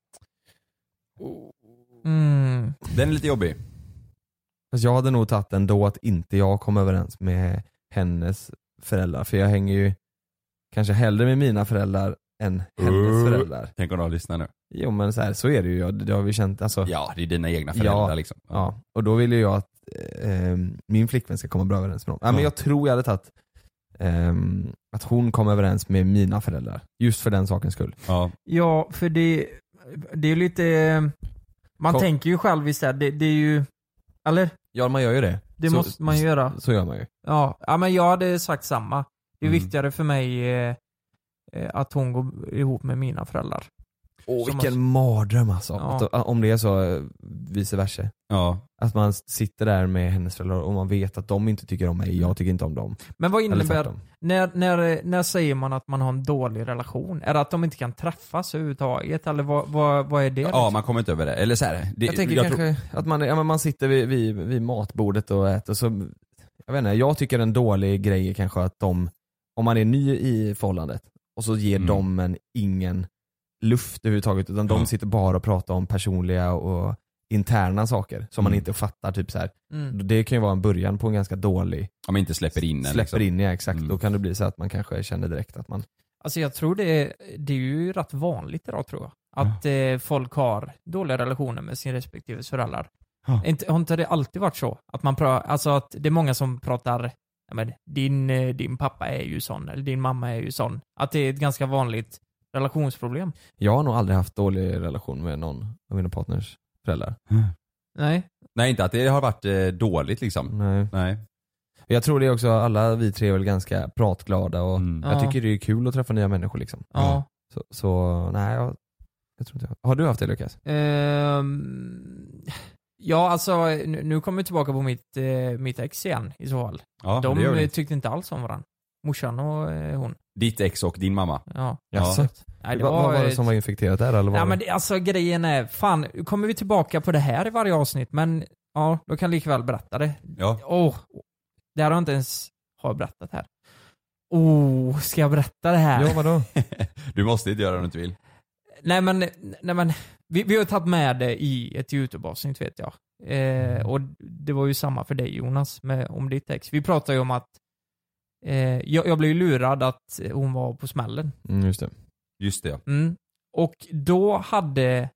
F: Mm.
G: Den är lite jobbig.
A: Fast jag hade nog tagit ändå att inte jag kom överens med hennes föräldrar. För jag hänger ju kanske hellre med mina föräldrar än hennes
G: Uh.
A: föräldrar.
G: Tänk om de lyssnar nu.
A: Jo men så, här, så är det ju, Ja, det har vi känt. Alltså,
G: Ja, det är dina egna föräldrar
A: Ja.
G: liksom.
A: ja. Och då vill ju jag att eh, min flickvän ska komma bra överens med dem. Ja, men
G: Ja.
A: jag tror jag hade tagit ehm, att hon kom överens med mina föräldrar. Just för den sakens skull.
G: Ja.
F: Ja, för det, det är ju lite... eh, Man
A: Kom.
F: tänker ju själv istället, det, det är ju... Eller?
A: Ja man gör ju det.
F: Det
A: Så-
F: måste man ju göra.
A: Så gör man ju.
F: Ja. ja, men jag hade sagt samma. Det är
A: Mm.
F: viktigare för mig eh, eh, att hon går ihop med mina föräldrar.
A: Åh,
F: Som
A: vilken mardröm alltså.
F: Ja.
A: Att, a- om det är så eh, vice versa.
G: Ja.
A: Att man s- sitter där med hennes föräldrar och man vet att de inte tycker om mig, jag tycker inte om dem.
F: Men vad
A: Eller
F: innebär...
A: tvärtom.
F: När, när, när säger man att man har en dålig relation? Är det att de inte kan träffas överhuvudtaget? Eller vad, vad, vad är det? liksom?
G: Ja, man kommer inte över det. Eller så här, det,
A: jag tänker
G: tror-
A: kanske att man, ja, men man sitter vid, vid, vid matbordet och äter så, jag vet inte, jag tycker en dålig grej är kanske att de, om man är ny i förhållandet och så ger
G: Mm.
A: de en ingen luft överhuvudtaget utan de
G: Ja.
A: sitter bara och pratar om personliga och interna saker som man
G: Mm.
A: inte fattar. Typ så här.
F: Mm.
A: Det kan ju vara en början på en ganska dålig
G: om man inte släpper in en.
A: släpper
G: liksom.
A: in, ja exakt.
G: Mm.
A: Då kan det bli så att man kanske känner direkt att man
F: Alltså jag tror det är, det är ju rätt vanligt idag tror jag. Att eh, folk har dåliga relationer med sin respektive föräldrar.
G: Ja.
F: Inte, har inte det alltid varit så? Att man pratar, alltså att det är många som pratar, ja, men, din, eh, din pappa är ju sån, eller din mamma är ju sån. Att det är ett ganska vanligt Relationsproblem?
A: Jag har nog aldrig haft dålig relation med någon av mina partners föräldrar.
F: Nej.
G: Nej, inte att det har varit eh, dåligt liksom.
A: Nej.
G: Nej.
A: Jag tror det är också, alla vi tre är väl ganska pratglada och
G: Mm.
A: jag
F: Ja.
A: tycker det är kul att träffa nya människor liksom.
F: Ja.
A: Så, så nej, jag, jag tror inte jag Har du haft det Lukas?
F: Ehm, ja, alltså nu, nu kommer vi tillbaka på mitt, eh, mitt ex igen i så fall.
G: Ja,
F: De
G: det gör vi.
F: eh, tyckte inte alls om varandra. Morsan och eh, hon.
G: Ditt ex och din mamma.
F: Ja.
A: Jaså?
F: Nej, det
A: Vad- vad
F: var
A: var det
F: ett-
A: som var infekterat där eller? Var
F: Nej
A: det-
F: men det, alltså grejen är, fan, nu kommer vi tillbaka på det här i varje avsnitt men ja, då kan jag likväl berätta det.
G: Ja.
F: Åh, det här har jag inte ens har berättat här. Oh, ska jag berätta det här?
A: Ja, vadå?
G: Du måste inte göra det om du inte vill.
F: Nej men, nej men, vi, vi har tagit med det i ett YouTube-avsnitt vet jag. Eh, och det var ju samma för dig Jonas, med, om ditt ex. Vi pratade ju om att eh, jag, jag blev ju lurad att hon var på smällen.
A: Mm, just det.
G: Just det ja.
F: Mm. Och då hade,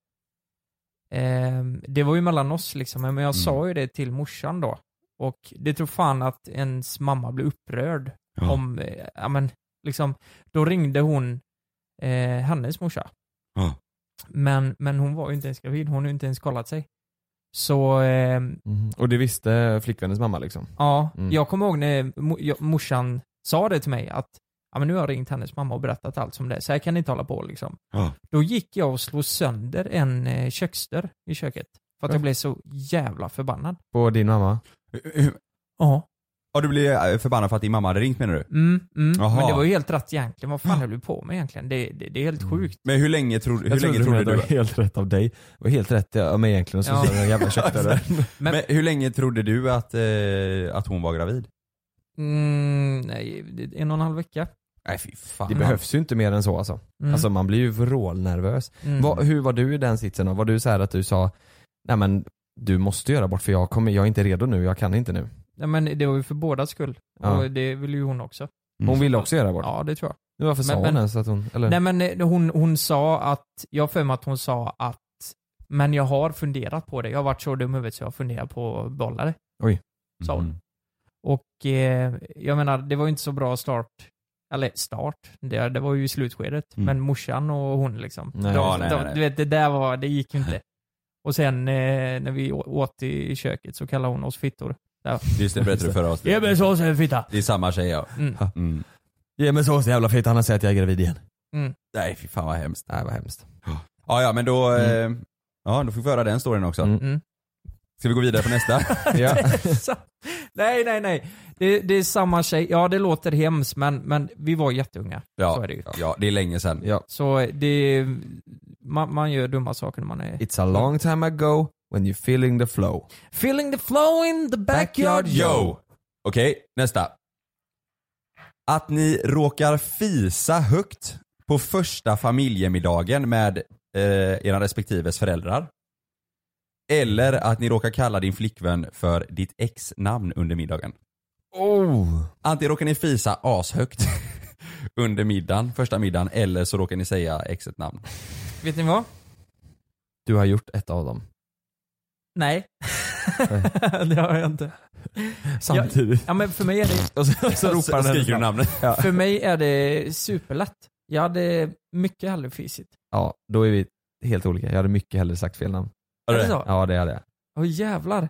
F: ehm, det var ju mellan oss liksom, men jag
G: Mm.
F: sa ju det till morsan då. Och det tror fan att ens mamma blev upprörd
G: Ja.
F: om, eh, ja men liksom, då ringde hon eh, hennes morsa.
G: Ja.
F: Men, men hon var ju inte ens gravid, hon har ju inte ens kollat sig. Så, ehm,
A: Mhm. Och det visste flickvännens mamma liksom?
F: ja,
A: Mm.
F: jag kommer ihåg när mo- jag- morsan sa det till mig att ja, men nu har jag ringt hennes mamma och berättat allt som det är, så här kan ni inte hålla på liksom.
G: Ja.
F: Då gick jag och slog sönder en eh, köksdörr i köket. För att jag blev så jävla förbannad.
A: På din mamma?
F: Ja.
G: Ja du blev eh, förbannad för att din mamma hade ringt menar du?
F: Mm, mm.
G: Jaha.
F: Men det var ju helt rätt egentligen. Vad fan höll du på med egentligen? Det, det, det är helt
A: Mm.
F: sjukt.
G: Men hur länge, tro, hur
A: Jag
G: länge
A: trodde
G: trodde
A: du menade
G: du...
A: att det var helt rätt av dig. Det var helt rätt av mig egentligen att slå
F: Ja.
A: sönder den jävla köttdörren.
G: men... hur länge trodde du att, eh, att hon var gravid?
F: Mm, nej, det- en och en halv vecka.
G: Nej fy fan.
A: Det behövs ju inte mer än så alltså.
F: Mm.
A: Alltså man blir ju vrålnervös.
F: Mm.
A: Vad- hur var du i den sitsen då? Var du så här att du sa, nej men du måste göra abort för jag, kommer, jag är inte redo nu, jag kan inte nu.
F: Nej, men det var ju för bådas skull.
A: Ja.
F: Och det ville ju hon också.
G: Mm.
A: Hon ville också göra abort.
F: Ja, det tror jag.
A: Nu, Varför sa
F: Men-
A: hon
F: men-
A: ens att hon, eller?
F: Nej men eh, hon, hon sa att, jag har för mig att hon sa att, men jag har funderat på det. Jag har varit så dum i huvudet så jag har funderat på att behålla det.
A: Oj.
F: Sa hon.
G: Mm.
F: Och eh, jag menar, det var ju inte så bra start. Eller start, det, det var ju i slutskedet.
G: Mm.
F: Men morsan och hon liksom.
A: Nej.
F: de,
G: Ja, nej,
F: de,
G: nej, nej.
F: Du vet, det där var, det gick ju inte. Och sen eh, när vi å- åt i köket så kallade hon oss fittor. Ja.
G: Just det, berättade du förra avsnittet.
F: Ge mig sås eller fitta!
G: Det är samma tjej ja.
F: Mm.
G: Mm.
A: Ge mig sås jävla fitta, annars säger jag att jag är gravid igen.
G: Nej fy fan vad hemskt.
A: Mm. Nej vad hemskt.
G: Ja ja men då, eh, ja, då fick vi höra den storyn också.
A: Mm.
F: Mm.
G: Ska vi gå vidare på nästa?
A: Ja.
F: Så- nej, nej, nej. Det, det är samma tjej. Ja, det låter hemskt, men, men vi var jätteunga. Så
G: Ja,
F: är det ju.
G: ja, det är länge sedan.
A: ja.
F: Så det... Man, man gör dumma saker när man är...
A: It's a long time ago when you're feeling the flow.
F: Feeling the flow in the backyard,
G: Yo! Okej, nästa. Att ni råkar fisa högt på första familjemiddagen med eh, era respektives föräldrar. Eller att ni råkar kalla din flickvän för ditt ex-namn under middagen.
A: Oh!
G: Antingen råkar ni fisa ashögt under middagen, första middagen, eller så råkar ni säga exet namn.
F: Vet ni vad?
A: Du har gjort ett av dem.
F: Nej. det har jag inte.
A: Samtidigt.
F: Ja, men för mig är det,
A: Och så, så ropar han hennes
G: skriker du
A: namn.
G: namnet.
A: Ja.
F: för mig är det superlätt. Jag hade mycket hellre fisit.
A: ja, då är vi helt olika. Jag hade mycket hellre sagt fel namn.
G: Är det
F: Är det så?
A: Ja det hade jag.
F: Åh jävlar.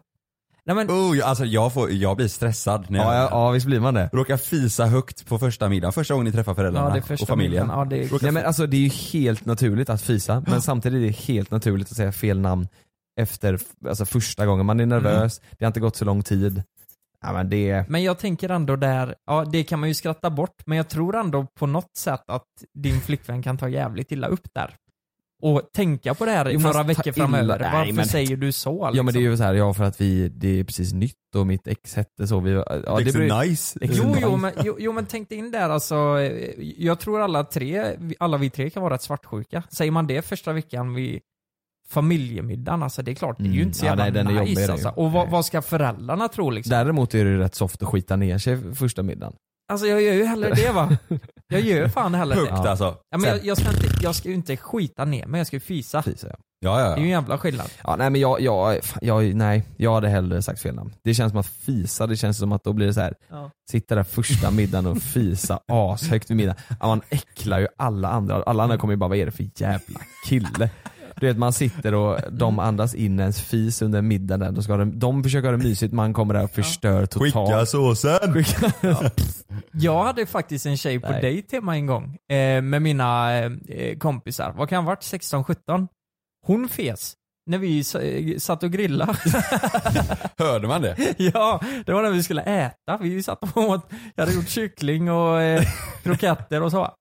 F: Nej men,
G: Oh, jag- alltså jag, får, jag blir stressad när jag
A: Ja, ja, ja visst blir man det.
G: råkar fisa högt på första middagen. Första gången ni träffar
F: ja,
G: föräldrarna
F: det är första
G: och familjen.
F: bilden. Ja, det är,
A: Nej men alltså det är ju helt naturligt att fisa men samtidigt är det helt naturligt att säga fel namn efter alltså, första gången. Man är
G: Mm.
A: nervös, det har inte gått så lång tid. Ja men det är...
F: Men jag tänker ändå där, ja det kan man ju skratta bort, men jag tror ändå på något sätt att din flickvän kan ta jävligt illa upp där. Och tänka på det här i
A: Jo,
F: några
A: fast
F: veckor
A: ta illa-
F: framöver.
A: nej,
F: Varför
A: men-
F: säger du så? Liksom?
A: Ja men det är ju så här, ja för att vi, det är precis nytt och mitt ex hette så. Vi, ja, det blir,
G: nice.
A: Ex-
F: Jo, jo, men, jo, jo men tänk dig in där alltså. eh, Jag tror alla tre, alla vi tre kan vara rätt svartsjuka. Säger man det första veckan vid familjemiddagen, alltså det är klart, det är ju
A: Mm.
F: inte så
A: Ja,
F: jävla
A: nej, den är jobbig,
F: nice
A: den
F: alltså.
A: ju.
F: Och vad,
A: Nej.
F: vad ska föräldrarna tro liksom?
A: däremot är det ju rätt soft att skita ner sig första middagen.
F: Alltså jag gör ju hellre det va? Jag gör fan hellre det.
G: Högt alltså.
F: Ja, men jag, jag, ska inte, jag ska ju inte skita ner mig, jag ska ju fisa.
A: Fisa ja.
G: Ja, ja,
F: Det är ju en jävla skillnad.
A: Ja, nej men jag, jag, fan, jag, nej, jag hade hellre sagt fel namn. Det känns som att fisa, det känns som att då blir det så här.
F: Ja.
A: sitta där första middagen och fisa ashögt vid middagen. Ja, man äcklar ju alla andra, alla andra kommer ju bara vad är det för jävla kille? Du vet man sitter och de andas in ens fis under middagen där. De, ska ha det, de försöker ha det mysigt, man kommer där och förstör totalt.
G: Skicka såsen!
F: Jag hade faktiskt en tjej på
A: Nej.
F: dejt hemma en gång eh, med mina eh, kompisar. Vad kan ha varit? 16-17? Hon fes när vi s- eh, satt och grillade.
G: Hörde man det?
F: ja, det var när vi skulle äta. Vi satt och åt, jag hade gjort kyckling och eh, kroketter och så.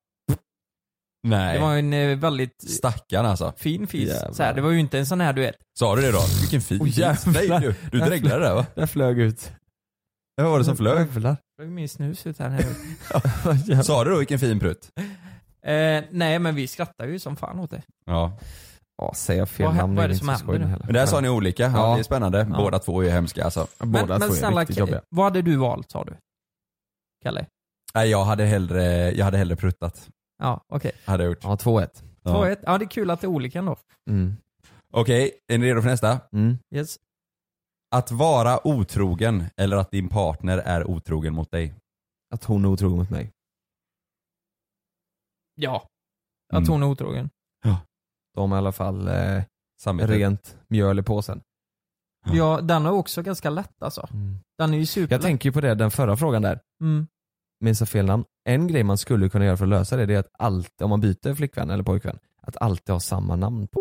G: Nej.
F: Det var en eh, väldigt
G: Stackarn alltså.
F: fin fis.
G: Jävlar.
F: Så här, det var ju inte en sån här du vet.
G: Sa du det då? Vilken fin
F: Oj,
G: jävla
F: jävlar.
G: du. Du dreglade där va?
A: Den flög ut.
G: Vad var det som flög?
A: Jävlar.
F: Jag min snus ut här nu.
G: Sa du då vilken fin prutt?
F: Eh, nej men vi skrattar ju som fan åt det.
G: Ja.
A: Ja, säger jag fel
F: Vad hä-
A: namn
F: vad är det
A: inte
F: som
A: så
F: händer
A: skoj
F: nu?
A: heller.
G: Men där sa ni olika. Ja,
A: Ja.
G: Det är spännande.
F: Ja.
G: Båda två är ju hemska alltså.
A: Båda
F: men,
A: två
F: men
A: är
F: snälla,
A: riktigt jobbiga.
F: Ke- vad hade du valt sa du? Kalle?
G: Nej jag hade hellre, jag hade hellre pruttat.
F: Ja, okej.
G: Hade jag gjort.
A: Ja, 2-1.
G: Ja.
F: 2-1. Ja, det är kul att det är olika ändå.
A: Mm.
G: Okej, är ni redo för nästa?
A: Mm.
F: Yes.
G: Att vara otrogen eller att din partner är otrogen mot dig?
A: Att hon är otrogen mot mig.
F: Ja. Att
G: Mm.
F: hon är otrogen.
A: De har i alla fall eh,
G: Samvete.
A: rent mjöl i påsen.
G: Ja.
F: Ja, den är också ganska lätt alltså. Den är ju superlätt.
A: Mm. Jag tänker ju på det, den förra frågan där.
F: Mm.
A: minns jag fel namn. En grej man skulle kunna göra för att lösa det, det är att alltid, om man byter flickvän eller pojkvän, att alltid ha samma namn på.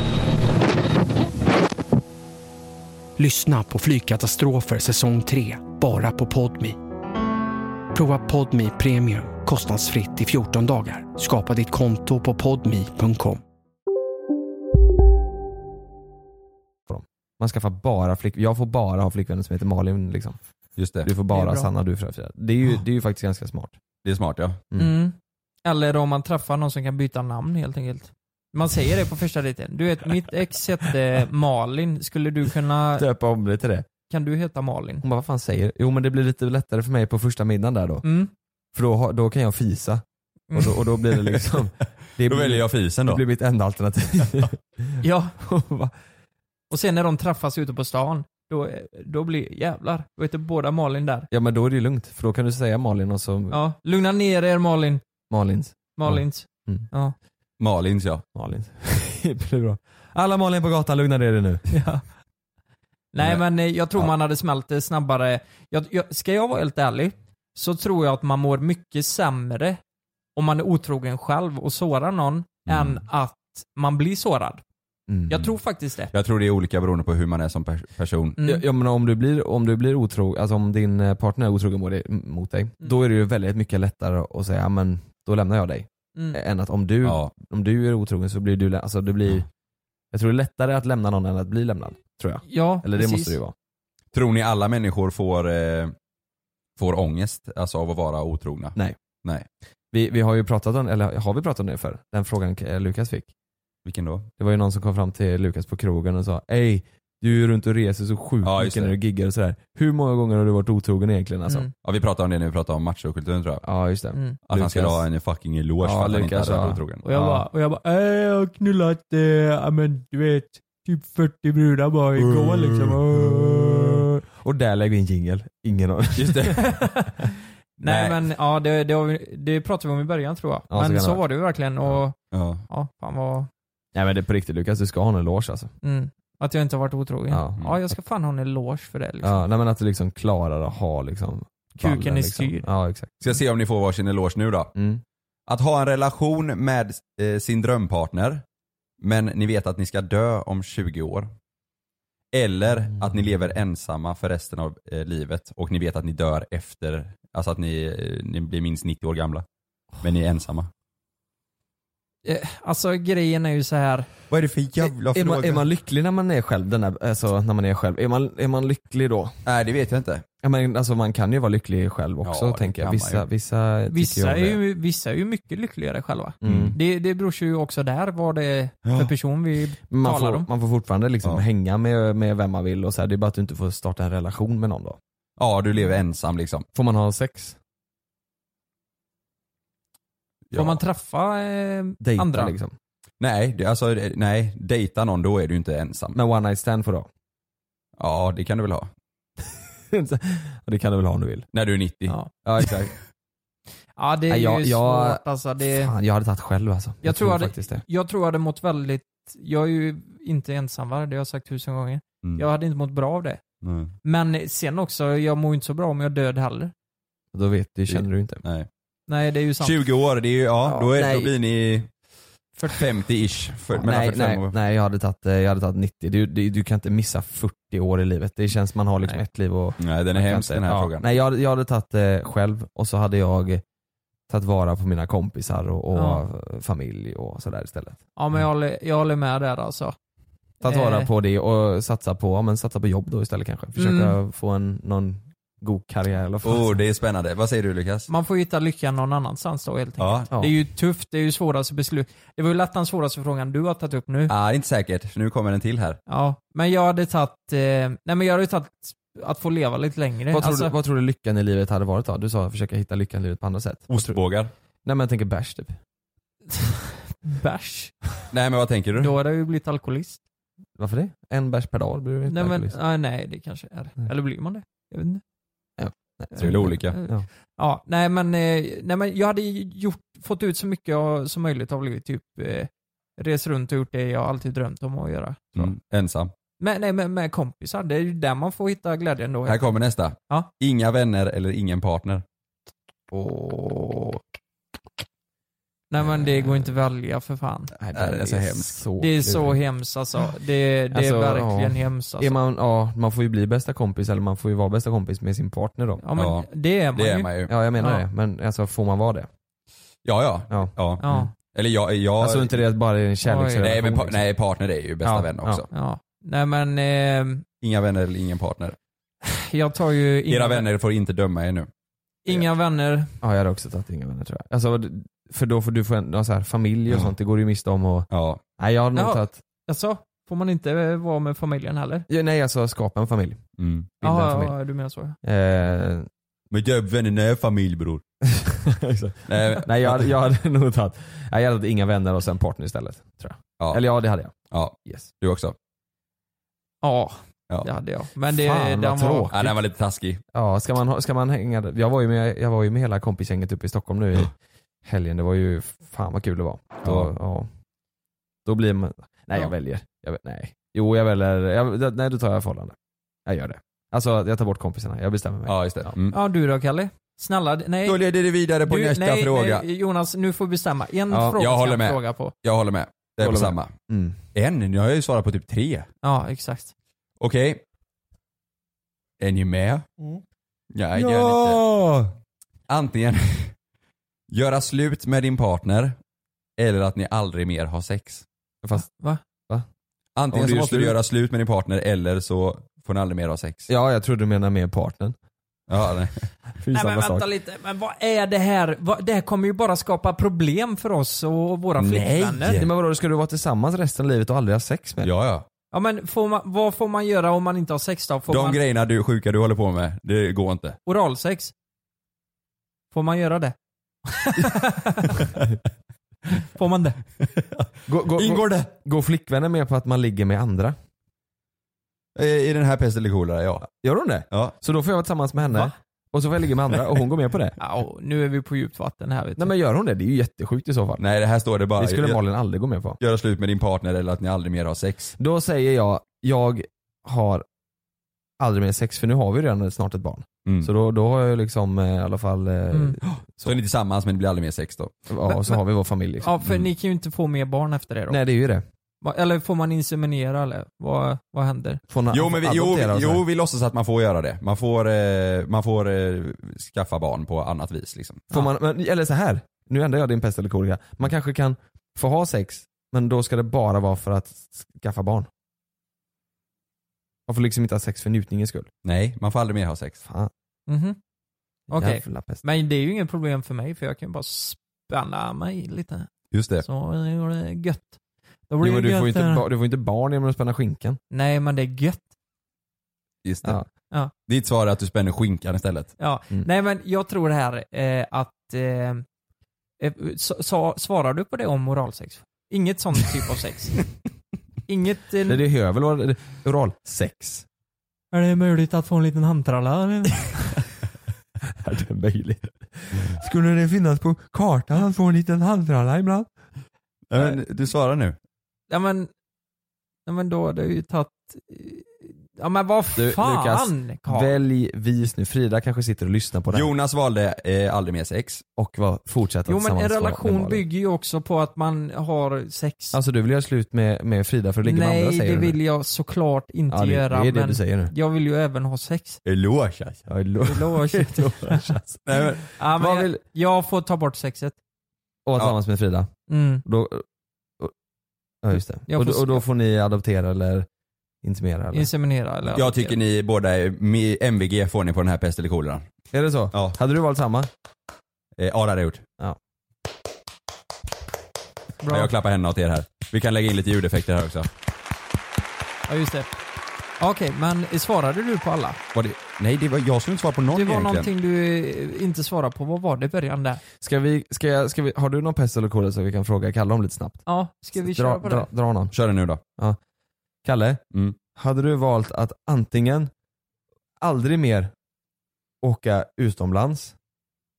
M: Lyssna på Flygkatastrofer säsong 3, bara på Podmi. Prova Podmi Premium kostnadsfritt i 14 dagar. Skapa ditt konto på podmi.com.
A: Man skaffar bara flick... Jag får bara ha flickvänner som heter Malin liksom.
G: Just det.
A: Du får
G: Det är
A: bara
G: bra.
A: Sanna, du får Frida. Det är ju, det är ju faktiskt ganska smart.
G: Det är smart ja.
F: Mm. Eller om man träffar någon som kan byta namn helt enkelt. Man säger det på första dejten. Du vet, mitt ex hette Malin. Skulle du kunna...
A: Döpa om dig till det.
F: Kan du heta Malin?
A: Hon bara, vad fan säger du? Jo men det blir lite lättare för mig på första middagen där då.
F: Mm.
A: För då, har- då kan jag fisa. Och då, och då blir det liksom... Det
G: Då väljer jag fisen då.
A: Det blir mitt enda alternativ.
F: Mm. Ja. Och sen när de träffas ute på stan, då, då blir jävlar. Då heter båda Malin där.
A: ja men då är det ju lugnt, för då kan du säga Malin och så
F: Ja, lugna ner er Malin.
A: Malins.
F: Malins.
A: Mm.
F: Ja.
G: Malins ja.
A: Malins. det blir bra. Alla Malin på gatan, lugna ner dig nu.
F: Nej men eh, jag tror
A: Ja.
F: man hade smält det snabbare. Jag, jag, ska jag vara helt ärlig, så tror jag att man mår mycket sämre om man är otrogen själv och sårar någon
A: Mm.
F: än att man blir sårad. Jag tror faktiskt det.
G: Mm. Jag tror det är olika beroende på hur man är som pers- person.
A: Ja,
F: Mm.
A: ja men om du blir, om du blir otrogen, alltså om din eh, partner är otrogen mot dig, mot
F: Mm.
A: dig då är det ju väldigt mycket lättare att säga "Ja, men då lämnar jag dig.
F: Mm.
A: Än att om du, om du är otrogen så blir du, lä- alltså det blir, jag tror det är lättare att lämna någon än att bli lämnad. Tror jag.
F: Ja,
A: Eller det
F: precis.
A: måste det ju vara.
G: Tror ni alla människor får, eh, får ångest alltså av att vara otrogna?
A: Nej.
G: Nej.
A: Vi, vi har ju pratat om, eller har vi pratat om det för Den frågan eh, Lukas fick.
G: Vilken då?
A: Det var ju någon som kom fram till Lukas på krogen och sa Ej, du är ju runt och reser så sjukt
G: Ja, just
A: mycket när
G: det.
A: du giggar och sådär. Hur många gånger har du varit otrogen egentligen alltså?
G: Mm. Ja vi pratade om det när vi pratade om machokulturen tror jag.
A: Ja just det.
G: Att han skulle
A: Lukas.
G: ha en fucking eloge
A: Ja,
G: för att
A: Lukas,
G: han inte
A: ja.
G: hade varit otrogen.
F: Mm. Och jag bara, och jag bara äh, jag har knullat, eh, ja men du vet, typ 40 brudar bara igår liksom. Äh.
A: Och där lägger vi in jingel. Ingen aning. Just det.
F: Nej, men ja, det, det, har vi- det pratade vi om i början tror jag.
A: Ja, så kan
F: men
A: det
F: så,
A: vara.
F: var det ju verkligen och
G: ja,
F: fan vad,
A: Nej men det är på riktigt Lukas, du ska ha en eloge alltså.
F: mm, att jag inte har varit otrogen.
A: Ja.
F: Ja. jag ska fan ha en eloge för det liksom.
A: Ja, nej men att du liksom klarar att ha liksom
F: Kuken
A: ballen,
F: är
A: liksom.
F: styrd.
A: Ja exakt. Mm.
G: Ska se om ni får varsin eloge nu då. Att ha en relation med eh, sin drömpartner, men ni vet att ni ska dö om 20 år. Eller
A: Mm.
G: att ni lever ensamma för resten av eh, livet och ni vet att ni dör efter, alltså att ni, eh, ni blir minst 90 år gamla. Men ni är ensamma.
F: Eh, Alltså grejen är ju så här.
G: Vad är det för jävla
A: Är man, är man lycklig när man är själv? Den där, alltså när man är själv. Är man, är man lycklig då?
G: Nej det vet jag inte.
A: Ja, men, alltså man kan ju vara lycklig själv också
G: Ja, det
A: tänker
G: kan
A: jag.
G: man
A: Vissa, vissa, tycker
G: ju.
F: Vissa
A: jag
F: är,
A: om det.
F: ju, vissa är ju mycket lyckligare själva.
A: Mm.
F: Det, det beror ju också där vad det är
A: Ja.
F: för person vi
A: Men man,
F: talar
A: får,
F: om.
A: man får fortfarande liksom hänga med, med vem man vill och så här. Det är bara att du inte får starta en relation med någon då.
G: Ja, du lever ensam liksom.
A: Får man ha sex?
F: Får man träffa eh,
G: Dejta,
F: andra?
G: liksom. Nej, det, alltså det- nej, dejta någon då är du inte ensam.
A: Men one night stand får du ha?
G: Ja, det kan du väl ha.
A: det kan du väl ha om du vill?
G: När du är 90.
F: Ja,
A: Ja exakt.
F: Ja det är
A: Nej, jag-
F: ju
A: jag-
F: svårt alltså. Det,
A: Fan, jag hade tagit själv alltså.
F: jag, tror jag,
A: faktiskt
F: hade,
A: det.
F: jag tror jag hade mått väldigt, jag är ju inte ensamvarg, det har jag sagt tusen gånger.
G: Mm.
F: Jag hade inte mått bra av det.
G: Nej.
F: Men sen också, jag mår ju inte så bra om jag är död heller.
A: Då vet du, känner du inte.
G: Nej.
F: Nej det är ju
A: Typ,
F: sant.
G: 20 år, det är ju, ja,
F: Ja,
G: då, är, då
F: nej.
G: blir ni 50-ish. För, mellan
A: nej,
G: 45
A: nej,
G: och-
A: nej, jag hade tagit, eh, jag hade tagit 90. Du, du, du kan inte missa 40 år i livet. Det känns man har liksom ett liv och...
G: Nej, den är
A: man kan
G: hemsk,
A: inte-
G: den här
A: ja.
G: frågan.
A: Nej jag, hade- jag hade tagit eh, själv och så hade jag tagit vara på mina kompisar och, och
F: Ja.
A: familj och sådär istället.
F: Ja men jag håller, jag håller med där alltså.
A: Tagit vara
F: Eh,
A: på det och satsa på, ja, men satsa på jobb då istället kanske. Försöka
F: Mm.
A: få en, någon god karriär i alla fall.
G: Oh, det är spännande. Vad säger du Lukas?
F: Man får hitta lyckan någon annanstans då helt
G: Ja.
F: enkelt.
G: Ja.
F: Det är ju tufft, det är ju svåraste beslut. Det var ju lätt den svåraste frågan du har tagit upp nu.
G: Ja, inte säkert. Nu kommer en till här.
F: Ja, men jag hade tagit, eh, nej men jag hade tagit att få leva lite längre.
A: Vad tror,
F: Alltså,
A: du, vad tror du lyckan i livet hade varit då? Du sa försöka hitta lyckan i livet på andra sätt.
G: Ostbågar.
A: Nej men jag tänker bärs typ.
F: Bärs?
G: Nej men vad tänker du?
F: Då hade jag ju blivit alkoholist.
A: Varför det? En bärs per dag blir du inte
F: Nej men,
A: alkoholist. Mm.
F: ah, nej det kanske är. Eller blir man det? Jag vet inte. Eh,
A: Nej.
G: Det är väl olika.
A: Ja.
F: Ja, nej men, eh, nej men jag hade ju gjort, fått ut så mycket av- som möjligt av livet. Typ eh, rest runt och gjort det jag alltid drömt om att göra.
G: Mm. Ensam.
F: Men, nej, men med kompisar, det är ju där man får hitta glädjen då.
G: Här kommer nästa.
F: Ja.
G: Inga vänner eller ingen partner.
A: Åh.
F: Nej men det går inte att välja för fan.
A: Nej,
G: Nej, det är så hemskt.
F: det är så hemskt alltså. Det, det är verkligen
A: ja.
F: hemskt
A: Är
F: alltså.
A: man, ja, man får ju bli bästa kompis eller man får ju vara bästa kompis med sin partner då.
F: Ja men det är man
G: Det
F: ju.
G: är man ju.
A: Ja jag menar
F: Ja.
A: det, men alltså får man vara det?
G: Ja, ja.
A: Ja.
G: ja.
F: Ja.
A: Mm.
G: Eller jag, jag...
A: Alltså inte det att bara är en kärleksrelation?
G: nej, men pa-
A: liksom.
G: nej, partner är ju bästa
A: Ja,
G: vän också.
F: Ja. Nej men, eh,
G: Inga vänner eller ingen partner.
F: jag tar ju inga,
G: Era vänner får inte döma er nu.
F: inga vänner.
A: Ja jag hade också tagit inga vänner tror jag. Alltså, d- för då får du få en, ja, så här, familj och
G: Ja.
A: sånt, det går du ju miste om och...
G: Mm. Ja.
A: Nej jag hade nog
F: Ja.
A: tagit,
F: Alltså, får man inte eh, vara med familjen heller?
A: ja, nej alltså skapa en familj.
G: Mm.
A: Bilda en
F: Ja,
A: familj.
F: ja, du menar så.
A: Eh,
G: Men dövvänner är familj bror.
A: exakt.
G: Nej, men-
A: nej jag, hade- jag hade nog tagit, nej, jag hade tagit inga vänner och sen partner istället. Tror jag.
G: Ja.
A: Eller ja det hade jag.
G: ja.
A: Yes.
G: Du också?
F: Ja,
G: Ja.
F: det hade jag. Men det,
A: Fan, vad
F: den var...
A: tråkigt.
G: Ja, den var lite taskig.
A: Ja, ska man, ha- ska man hänga där? jag var, ju med, jag var ju med hela kompisgänget uppe i Stockholm nu i helgen. Det var ju, fan vad kul det var. Då,
G: Ja.
A: ja. Då blir man, nej jag
F: Ja.
A: väljer. Jag, vä- nej. Jo jag väljer, jag, nej då tar jag förhållande. Jag gör det. Alltså jag tar bort kompisarna, jag bestämmer mig.
G: Ja, just det. Mm.
F: Ja, du då Kalle? Snälla, nej.
G: Då leder det vidare på
F: du,
G: nästa
F: nej,
G: fråga.
F: Nej, Jonas, nu får vi bestämma. En
G: Ja,
F: fråga
G: jag
F: ska
G: håller med.
F: fråga på.
G: Jag håller med. Det är på
A: Håller med.
G: samma.
A: Mm.
G: En? Nu har jag ju svarat på typ tre.
F: Ja, exakt.
G: Okej. Är ni med?
F: Mm.
G: Nej, det är ni inte.
A: Ja!
G: Antingen göra slut med din partner eller att ni aldrig mer har sex.
A: Fast,
F: Va?
G: Antingen
A: Om
G: så
A: du gör
G: måste du
A: slut.
G: göra slut med din partner eller så får ni aldrig mer ha sex.
A: ja jag tror du menar med partnern.
G: Ja, nej.
A: Fy,
F: Nej
A: samma
F: men vänta
A: sak.
F: lite, men vad är det här? Vad, det här kommer ju bara skapa problem för oss och våra
A: Nej!
F: flickvänner.
A: Men vadå, ska du vara tillsammans resten av livet och aldrig ha sex med
G: Ja, ja.
F: Ja men får man, vad får man göra om man inte har sex då? Får
G: De
F: man
G: grejerna du sjuka du håller på med, det går inte.
F: oralsex? Får man göra det? får man det?
A: Gå, gå,
F: Ingår
A: det? Går flickvännen med på att man ligger med andra?
G: I, i den här pest eller kolera, ja.
A: Gör hon det?
G: Ja.
A: Så då får jag vara tillsammans med henne och så får jag ligga med andra och hon går med på det?
F: Ja, och nu är vi på djupt vatten här vet du.
A: Nej men gör hon det? Det är ju jättesjukt i så fall.
G: Nej, det här står det bara.
A: Det skulle
G: gö-
A: Malin aldrig gå med på.
G: Göra slut med din partner eller att ni aldrig mer har sex.
A: Då säger jag, jag har aldrig mer sex för nu har vi ju redan snart ett barn. Så då, då har jag ju liksom eh, i alla fall, eh,
F: Mm.
G: Mm. Så är ni tillsammans men det blir aldrig mer sex då?
A: ja och så
F: Men-
A: har vi vår familj liksom.
F: Ja för ni kan ju inte få mer barn efter det då.
A: Nej det är ju det.
F: Va- Eller får man inseminera eller vad, vad händer?
A: Får na-
G: Jo, men vi, jo,
A: adoptera Mm. och så här.
G: jo, vi låtsas att man får göra det. Man får, eh, man får eh, skaffa barn på annat vis liksom.
A: Får man, men, eller så här. nu ändrar jag din pest eller kolera. Man kanske kan få ha sex, men då ska det bara vara för att skaffa barn. Man får liksom inte ha sex för njutningens skull.
G: Nej, man får aldrig mer ha sex.
A: Fan,
F: Mhm. Okej.
A: jävla pest.
F: Men det är ju inget problem för mig för jag kan ju bara spänna mig lite.
G: Just det.
F: Så det går det gött. Då
A: Jo,
F: blir
A: men
F: det
A: du, får
F: gött
A: ju
F: där.
A: inte, ba- du får ju inte barn genom att spänna skinkan.
F: Nej men det är gött.
G: Just det.
A: Ja.
F: Ja.
G: Ditt svar är att du spänner skinkan istället.
F: Ja.
A: Mm.
F: Nej men jag tror det här eh, att... Eh, eh, så, så, svarar du på det om oralsex? Inget sån typ av sex? Inget... Eh,
A: Det, det hör väl vara oralsex?
F: Är det möjligt att få en liten handtralla eller?
A: Är det möjligt? Skulle det finnas på kartan att få en liten handtralla ibland?
G: Men, du svarar nu.
F: ja men... Ja men då har du ju tagit... eh, Ja men vad
A: Du,
F: fan
A: Lukas,
F: Karl.
A: välj vis nu. Frida kanske sitter och lyssnar på det här
G: Jonas valde eh, aldrig mer sex.
A: och var, fortsätter
F: Jo men en
A: tillsammans med
F: relation
A: Malin.
F: bygger ju också på att man har sex.
A: Alltså du vill göra slut med, med Frida för att ligga med andra
F: Nej
A: säger
F: det
A: du nu?
F: vill jag såklart inte
A: Ja, det-
F: göra
A: det är det
F: men
A: du säger nu.
F: jag vill ju även ha sex.
G: Eloge alltså.
A: Ja, alltså. lo-
F: Eloge.
G: Nej, men,
F: Ja, men
A: Vad
F: jag,
A: vill-
F: jag får ta bort sexet.
A: och vara tillsammans med Frida.
F: Mm.
A: Då, och, ja just det.
F: Jag
A: Och,
F: får
A: då- och då får ni adoptera eller intimera eller?
F: Inseminera eller?
G: jag tycker ni båda, är- mi- MVG får ni på den här pest eller koleran.
A: Är det så?
G: Ja.
A: Hade du valt samma?
G: Eh, ja, det hade jag gjort.
F: Bra.
G: Jag klappar händerna åt er här. Vi kan lägga in lite ljudeffekter här också.
F: Ja just det. Okej, men svarade du på alla?
G: Var det, nej, det var, jag skulle inte svara på någon
F: Det var
G: egentligen.
F: någonting du eh, inte svarade på. Vad var det i början där?
A: Ska vi, ska jag, ska vi, har du någon pest eller kolera så vi kan fråga Kalle om lite snabbt?
F: Ja, ska vi
A: dra,
F: köra på
A: dra,
F: det?
A: dra någon.
G: Kör den nu då.
A: Kalle,
G: Mm.
A: hade du valt att antingen aldrig mer åka utomlands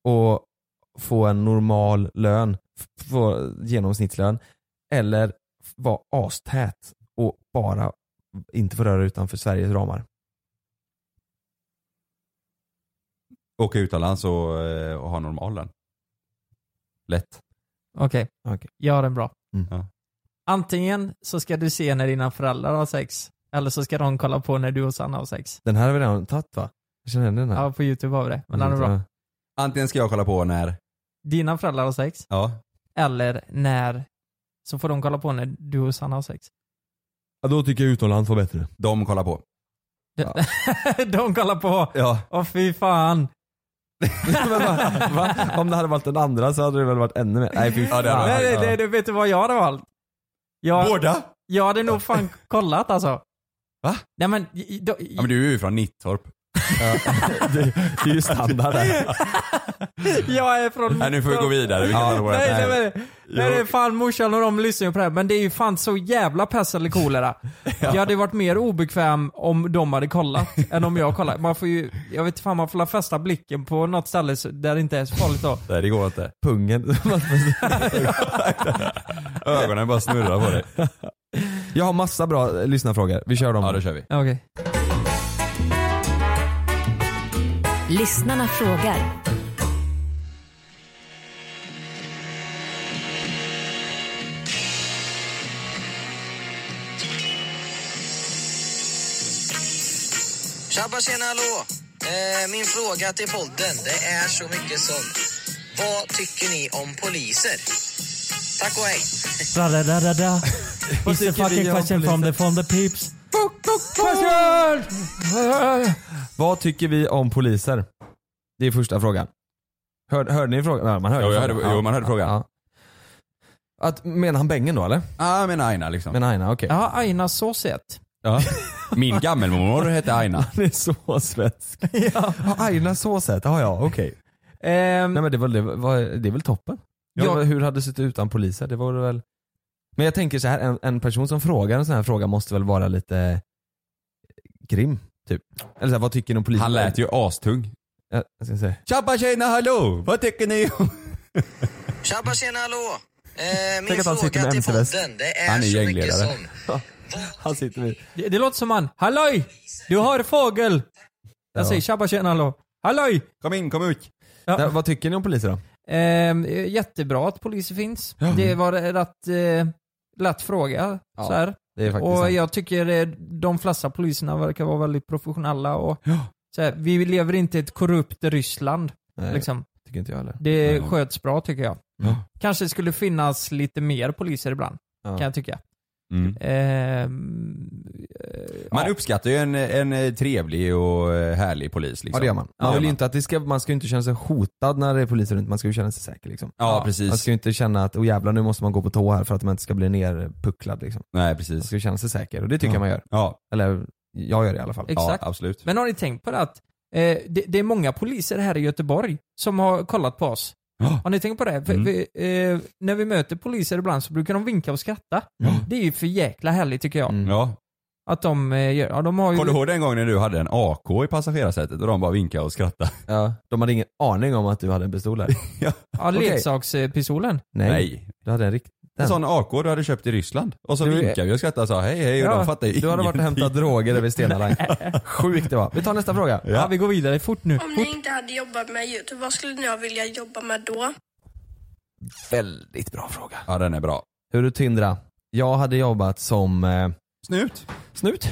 A: och få en normal lön, f- få genomsnittslön, eller f- vara astät och bara inte få röra utanför Sveriges ramar?
G: Åka utomlands och, eh, och ha normal lön. Lätt.
F: Okej,
A: Okej.
F: jag har den bra.
A: Mm.
G: Ja.
F: Antingen så ska du se när dina föräldrar har sex, eller så ska de kolla på när du och Sanna har sex.
A: Den här har vi redan tagit va? Jag känner igen den här.
F: Ja, på youtube har vi det. Men den är
G: Mm,
F: bra.
G: Antingen ska jag kolla på när,
F: Dina föräldrar har sex,
G: ja.
F: eller när så får de kolla på när du och Sanna har sex.
A: Ja, då tycker jag utomlands var bättre.
G: De kollar på.
A: Ja.
F: de kollar på!
G: Ja.
F: Åh fy fan!
A: Men va, va? Om det hade varit den andra så hade det väl varit ännu mer? Nej fy
G: Ja, det hade
F: Nej,
G: varit-
F: nej, nej, nej, vet du vad jag hade valt? Jag,
G: Båda?
F: jag hade nog fan kollat alltså.
G: Va?
F: Nej men, i- i- då, i-
G: Ja, men du är ju från Nittorp.
A: det, det är ju standard där.
F: jag är från...
G: Nej, nu får vi gå vidare. Vi kan
A: Ja,
G: ta våra-
F: Nej, nej,
G: nej.
F: nej, nej, det är fan morsan och de lyssnar ju på det här, men det är ju fan så jävla pest eller kolera. Jag hade varit mer obekväm om de hade kollat än om jag kollat. Man får ju, jag vet fan, man får la fästa blicken på något ställe så- där det inte är så farligt då.
G: Nej, det går inte.
A: Pungen.
G: Ögonen bara snurrar på dig.
A: Jag har massa bra eh, lyssnarfrågor. Vi kör dem.
G: Ja, då kör vi.
F: Okej.
C: Lyssnarna frågar.
N: Tjabba tjena hallå! Eh, min fråga till podden det är så mycket som vad tycker ni om poliser? Tack och hej!
F: Da, da, da, da, da.
A: Vad tycker vi om polisen?
F: the, from the peeps.
A: Question! Vad tycker vi om poliser? Det är första frågan. Hör, hörde ni frågan? Ja, man hörde
G: Jo, jag
A: frågan.
G: hörde- jo, man hörde frågan.
A: Att, menar han Bengen då eller?
G: Ja, jag menar Aina liksom.
A: Men Aina, okej.
F: Ja, Aina så sett.
G: Ja. Min gammelmormor hette Aina.
A: Han är så svensk. ja. Aina Såset, ja ja okej. Nej men det, var, det, var, det är väl toppen? Ja. Hur hade det sett ut utan poliser? Det var väl... Men jag tänker så här, en, en person som frågar en sån här fråga måste väl vara lite grim, typ. Eller så här, vad tycker ni om poliser?
G: Han lät ju astung.
A: Ja, jag ska se.
G: Tjabba tjena hallå! Vad tycker ni om...
N: Tjabba tjena hallå! Eh,
A: Tänk
N: min
A: att han sitter
N: fråga
A: med
N: till
A: MC-väst.
N: podden, det är,
A: Han är
N: så mycket
A: gängledare.
N: som...
A: Han sitter med...
F: Det, det låter som han. Halloj! Du har fågel! Jag säger tjabba tjena hallå. Halloj!
G: Kom in, kom ut.
A: Ja, vad tycker ni om poliser då?
F: Ehm, jättebra att poliser finns. Det var en rätt eh, lätt fråga.
A: Ja,
F: så här.
A: det är faktiskt
F: och
A: sant.
F: jag tycker eh, de flesta poliserna verkar vara väldigt professionella. Och, så här, vi lever inte i ett korrupt Ryssland.
A: Nej,
F: liksom.
A: Tycker inte jag heller.
F: Det
A: Nej.
F: sköts bra tycker jag. Kanske skulle finnas lite mer poliser ibland,
G: Ja.
F: kan jag tycka.
G: Mm.
F: Ehm,
G: Man uppskattar ju en, en trevlig och härlig polis liksom.
A: Ja det gör man. Man vill ju inte att det ska, man ska ju inte känna sig hotad när det är poliser runt, man ska ju känna sig säker liksom.
G: Ja, precis.
A: Man ska ju inte känna att, oh jävlar nu måste man gå på tå här för att man inte ska bli nerpucklad liksom.
G: Nej precis. Man
A: ska ju känna sig säker och det tycker
G: Ja.
A: jag man gör.
G: Ja.
A: Eller jag gör det i alla fall.
F: Exakt. Men har ni tänkt på det att eh, det, det är många poliser här i Göteborg som har kollat på oss? Har ni tänkt på det?
A: Mm.
F: För, för, eh, när vi möter poliser ibland så brukar de vinka och skratta. Det är ju för jäkla härligt tycker jag.
A: Mm.
G: Ja.
F: Att de eh, gör, ja de har ju...
G: Kommer du ihåg den gången när du hade en AK i passagerarsätet och de bara vinkade och skrattade?
A: Ja, de hade ingen aning om att du hade en pistol här.
F: Ja,
A: Okej.
F: leksakspistolen.
A: Nej.
G: Nej.
A: Du hade en riktig...
G: En sån AK du hade köpt i Ryssland. Och så
A: Du-
G: vinkade vi och skrattade och sa hej hej och de fattade ju
A: du hade varit och
G: ingenting.
A: hämtat droger över Stenalang. Sjukt det var. Vi tar nästa fråga.
G: Ja,
F: vi går vidare fort nu.
O: Om ni inte hade jobbat med Youtube, vad skulle ni ha velat jobba med då?
A: Väldigt bra fråga.
G: Ja den är bra.
A: Hur du Tindra? Jag hade jobbat som... Eh...
G: Snut.
A: Snut?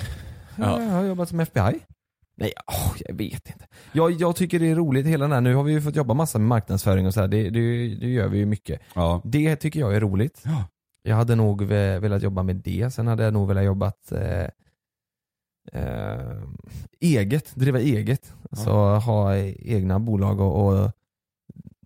G: Ja.
A: Jag har jobbat som FBI. Nej, åh, jag vet inte. Jag, jag tycker det är roligt hela den här, nu har vi ju fått jobba massa med marknadsföring och sådär, det, det, det gör vi ju mycket. Det tycker jag är roligt. Jag hade nog ve- velat jobba med det, sen hade jag nog velat jobbat eh, eh, eget, driva eget. Alltså ha egna bolag och, och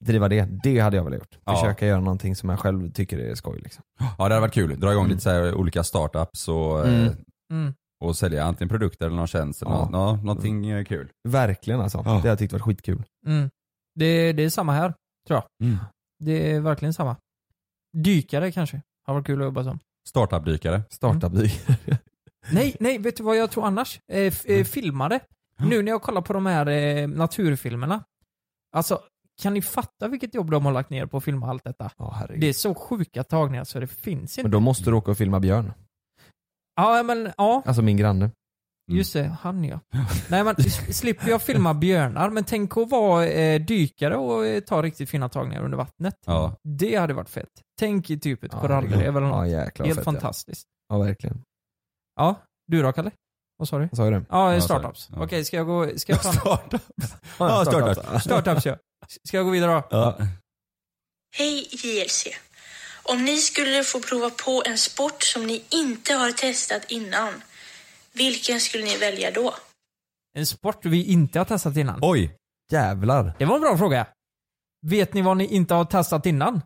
A: driva det. Det hade jag velat gjort.
G: Ja.
A: Försöka göra någonting som jag själv tycker är skoj. Liksom.
G: Ja det hade varit kul. Dra igång lite så här olika startups och, eh,
A: Mm.
F: Mm.
G: och sälja antingen produkter eller någon tjänst eller
A: Ja.
G: något, nå- någonting eh, kul.
A: Verkligen alltså. Det hade jag tyckt varit skitkul.
F: Mm. Det, det är samma här, tror jag.
A: Mm.
F: Det är verkligen samma. Dykare kanske, har varit kul att jobba som.
G: Startupdykare. Mm.
A: Startupdykare.
F: Nej, nej, vet du vad jag tror annars? Eh, f- eh, filmare. Nu när jag kollar på de här eh, naturfilmerna. Alltså, kan ni fatta vilket jobb de har lagt ner på att filma allt detta? det är så sjuka tagningar så det finns inte.
A: Men då måste du åka och filma Björn.
F: Ja, men ja.
A: Alltså min granne. Mm.
F: Just det, han ja. Nej men s- slipper jag filma björnar, men tänk att vara eh, dykare och eh, ta riktigt fina tagningar under vattnet.
A: Ja.
F: Det hade varit fett. Tänk i typ ett
A: Ja,
F: korallrev eller
A: ja,
F: något.
A: jäklar vad
F: Helt
A: fett, ja.
F: fantastiskt.
A: Ja verkligen.
F: Ja, du då Kalle? Vad sa du?
A: Vad sa du?
F: Ja,
A: Ja,
F: startups.
A: sorry. Ja.
F: Okej, ska jag gå... Ska jag ta startups?
A: Ja, startups.
F: Startups ja. S- Ska jag gå vidare då?
A: Ja.
O: Hej JLC! Om ni skulle få prova på en sport som ni inte har testat innan, vilken skulle ni välja då?
F: En sport vi inte har testat innan.
G: Oj!
A: Jävlar.
F: Det var en bra fråga. Vet ni vad ni inte har testat innan?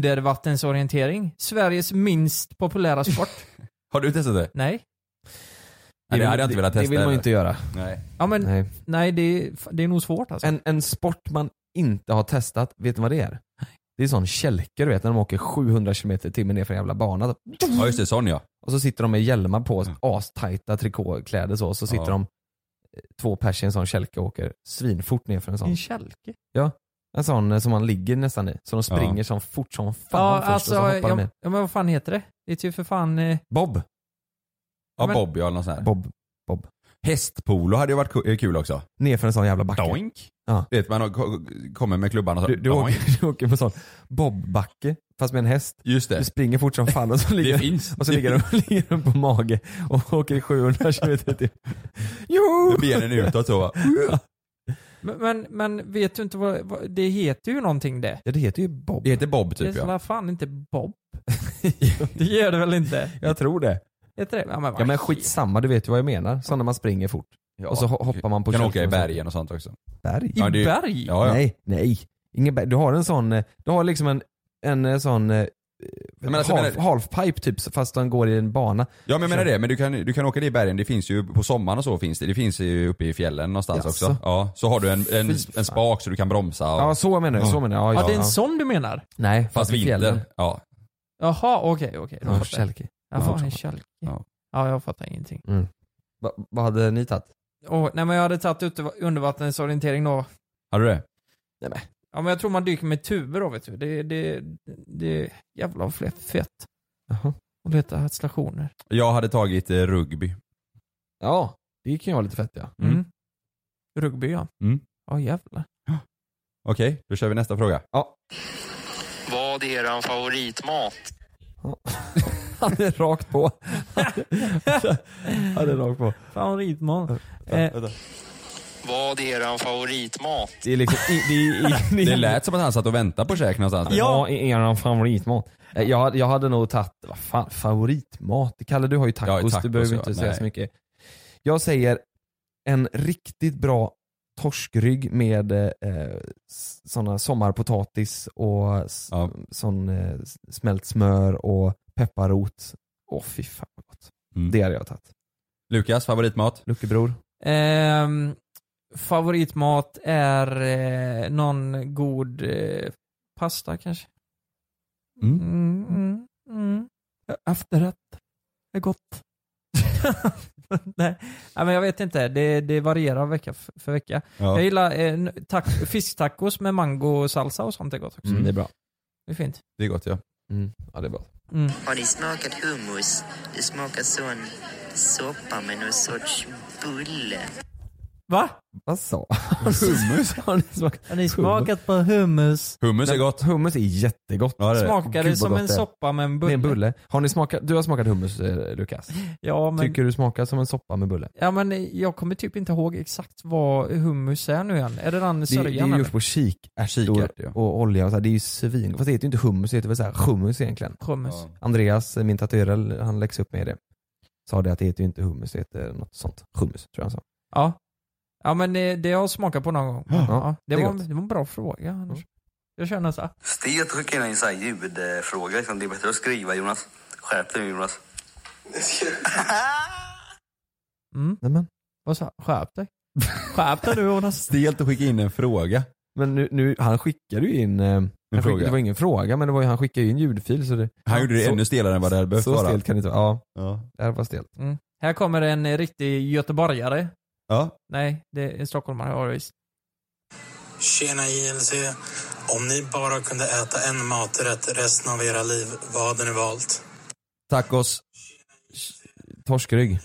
F: Undervattensorientering. Sveriges minst populära sport.
G: Har du testat det?
F: Nej.
G: Nej, det hade jag inte velat
A: det
G: testa.
A: vill man ju
G: heller.
A: inte göra.
G: Nej.
F: Ja men, nej,
A: Nej.
F: det, det är nog svårt alltså.
A: En, en sport man inte har testat, vet ni vad det är? Det är sån kälke du vet när de åker 700 km i timmen ner för en jävla bana.
G: Ja just det, sån ja.
A: Och så sitter de med hjälmar på, astajta trikåkläder så, och så sitter
G: Ja.
A: de eh, två pers i en sån kälke och åker svinfort ner för en sån.
F: En kälke?
A: Ja. En sån eh, som man ligger nästan i. Så de
G: Ja.
A: springer som fort som fan
F: Ja,
A: först
F: alltså,
A: och så hoppar
F: ja,
A: de ner.
F: ja, men vad fan heter det? Det
A: typ
F: är ju för fan... Eh,
A: Bob.
G: Ja
F: men-
G: Bob ja, eller något sånt här.
A: Bob. Bob.
G: Hästpolo hade ju varit ku- eh, kul också.
A: Ner för en sån jävla backe.
G: Doink.
A: Ja.
G: Du vet man har- ko- kommer med klubban och så
A: Du, du,
G: doink.
A: åker, du åker på sån bobbacke fast med en häst.
G: Just det.
A: Du springer fort som fan och så ligger,
G: finns.
A: och så ligger, de, ligger de på mage och åker i 700 km Jo!
G: Med benen utåt så va.
F: men, men, men vet du inte vad, vad... Det heter ju någonting det.
A: Ja det heter ju Bob.
G: Det heter Bob
F: det är
G: typ
F: så
G: ja.
F: la fan inte Bob. det gör det väl inte?
A: Jag tror det.
F: Heter det? Ja men, vad
A: Ja men skitsamma, du vet ju vad jag menar. Så när man springer fort. och så ho- hoppar man på
G: Kan
A: kölken
G: åka i
A: och så-
G: bergen och sånt också.
A: Berg?
G: Ja, det- Ja, ja.
A: Nej, nej. Ingen berg. Du har en sån, eh, du har liksom en, en eh, sån eh,
G: men alltså, jag
A: half,
G: menar-
A: halfpipe typ fast den går i en bana.
G: Ja men jag menar det, men du kan, du kan åka dit i bergen, det finns ju på sommaren och så finns det, det finns ju uppe i fjällen någonstans
A: Jaså?
G: också. Ja, så har du en, en,
A: Fy
G: en spak så du kan bromsa. Och,
A: Ja så menar jag, så menar jag. Ja,
G: Ja,
A: ja,
G: det är
F: En
A: ja.
F: sån du menar?
A: Nej,
G: Fast, vinter. Ja.
F: Jaha, okej, okej. då
A: Ja,
F: fattar jag.
A: kälke.
F: Jag
A: Ja,
F: får en kälke.
G: Ja.
F: ja, jag fattar ingenting.
A: Mm. Va- Vad hade ni tagit?
F: Åh, nej men jag hade tagit ut undervattensorientering då.
G: Har du det?
A: Nej, men.
F: Ja men jag tror man dyker med tuber då vet du. Det, det, det är jävla fett. fett.
A: Jaha.
F: Och leta stationer.
G: Jag hade tagit eh, rugby.
A: Ja, det kan ju vara lite fett ja.
G: Mm.
F: Rugby ja.
G: Mm.
F: Ja jävlar.
G: Okej, då kör vi nästa fråga.
A: Ja.
N: Vad är eran favoritmat?
A: Han är rakt på. Han är rakt på.
F: Favoritmat. Eh,
N: Vad är eran favoritmat?
A: Det är liksom, i- det, är-
G: Det lät som att han satt och väntade på käk någonstans.
A: Ja, er någon favoritmat? Eh, Jag, jag hade nog tagit, vad fan, favoritmat? Kalle du har ju tacos,
G: tacos,
A: du behöver
G: ja.
A: inte säga
G: Nej.
A: så mycket. Jag säger en riktigt bra torskrygg med eh, s- såna sommarpotatis och s- sån eh, s- smält smör och pepparrot. Åh fy fan vad gott.
G: Mm.
A: Det hade jag tagit.
G: Lukas, favoritmat?
A: Luckebror.
F: ehm, favoritmat är eh, någon god eh, pasta kanske.
G: Mm.
F: Mm, mm, mm. Efterrätt. Är gott. Nej. Nej, men jag vet inte. Det, det varierar vecka f- för vecka.
A: Ja.
F: Jag gillar eh, n- tac- fisktacos med mango och salsa och sånt är gott också.
A: Mm, det är bra.
F: Det är fint.
G: Det är gott ja.
A: Mm. Ja det är bra.
F: Mm.
P: Har ni smakat hummus? Det smakar sån soppa med någon sorts bulle.
F: Va?
A: Vad sa Hummus? har ni smakat,
F: Har ni smakat på hummus?
G: Hummus är gott.
A: Hummus är jättegott.
G: Ja, det är det.
F: Smakar det som en soppa med en
A: Med
F: bulle?
A: en bulle. Har ni smakat, du har smakat hummus eh, Lukas?
F: Ja, men,
A: Tycker du smakar som en soppa med bulle?
F: ja, men eh, jag kommer typ inte ihåg exakt vad hummus är nu igen. Är det den
A: Det, det är
F: sörjan
A: ju
F: eller?
A: gjort på kikärtor
G: Kikärtor, ja.
A: och olja och så här. det är ju svin. Fast det heter ju inte hummus, det heter väl så här hummus egentligen.
F: Hummus.
A: Andreas, eh, min tatuerare, han läxade upp mig det. Sa det att det heter ju inte hummus, det heter något sånt. Hummus, tror jag han sa.
F: Ja. Ja men eh, det har jag smakat på någon gång.
A: Ja,
F: det,
A: det är
F: var,
A: gott. Mm.
F: det var en bra fråga annars. Jag känner så här.
Q: Stet skickar in en sån här ljudfråga. Liksom. Det är bättre att skriva Jonas. Skärp dig nu Jonas.
F: Mm.
A: Nämen.
F: Vad sa Skärp dig. Skärp dig nu Jonas.
G: Stelt att skicka in en fråga.
A: Men nu, nu han skickade ju in, eh, han skickade,
G: fråga.
A: det var ingen fråga men det var ju, han skickade ju in ljudfil så det,
G: Han gjorde det
A: så,
G: ännu stelare än vad det hade behövt
A: Så
G: vara.
A: stelt kan det inte vara. Ja,
G: Ja.
A: det här var stelt.
F: Mm. Här kommer en eh, riktig göteborgare.
G: Ja.
F: Nej, det är en stockholmare. Ja, visst.
R: Tjena JLC. Om ni bara kunde äta en maträtt resten av era liv, vad hade ni valt?
G: Tacos.
A: Torskrygg.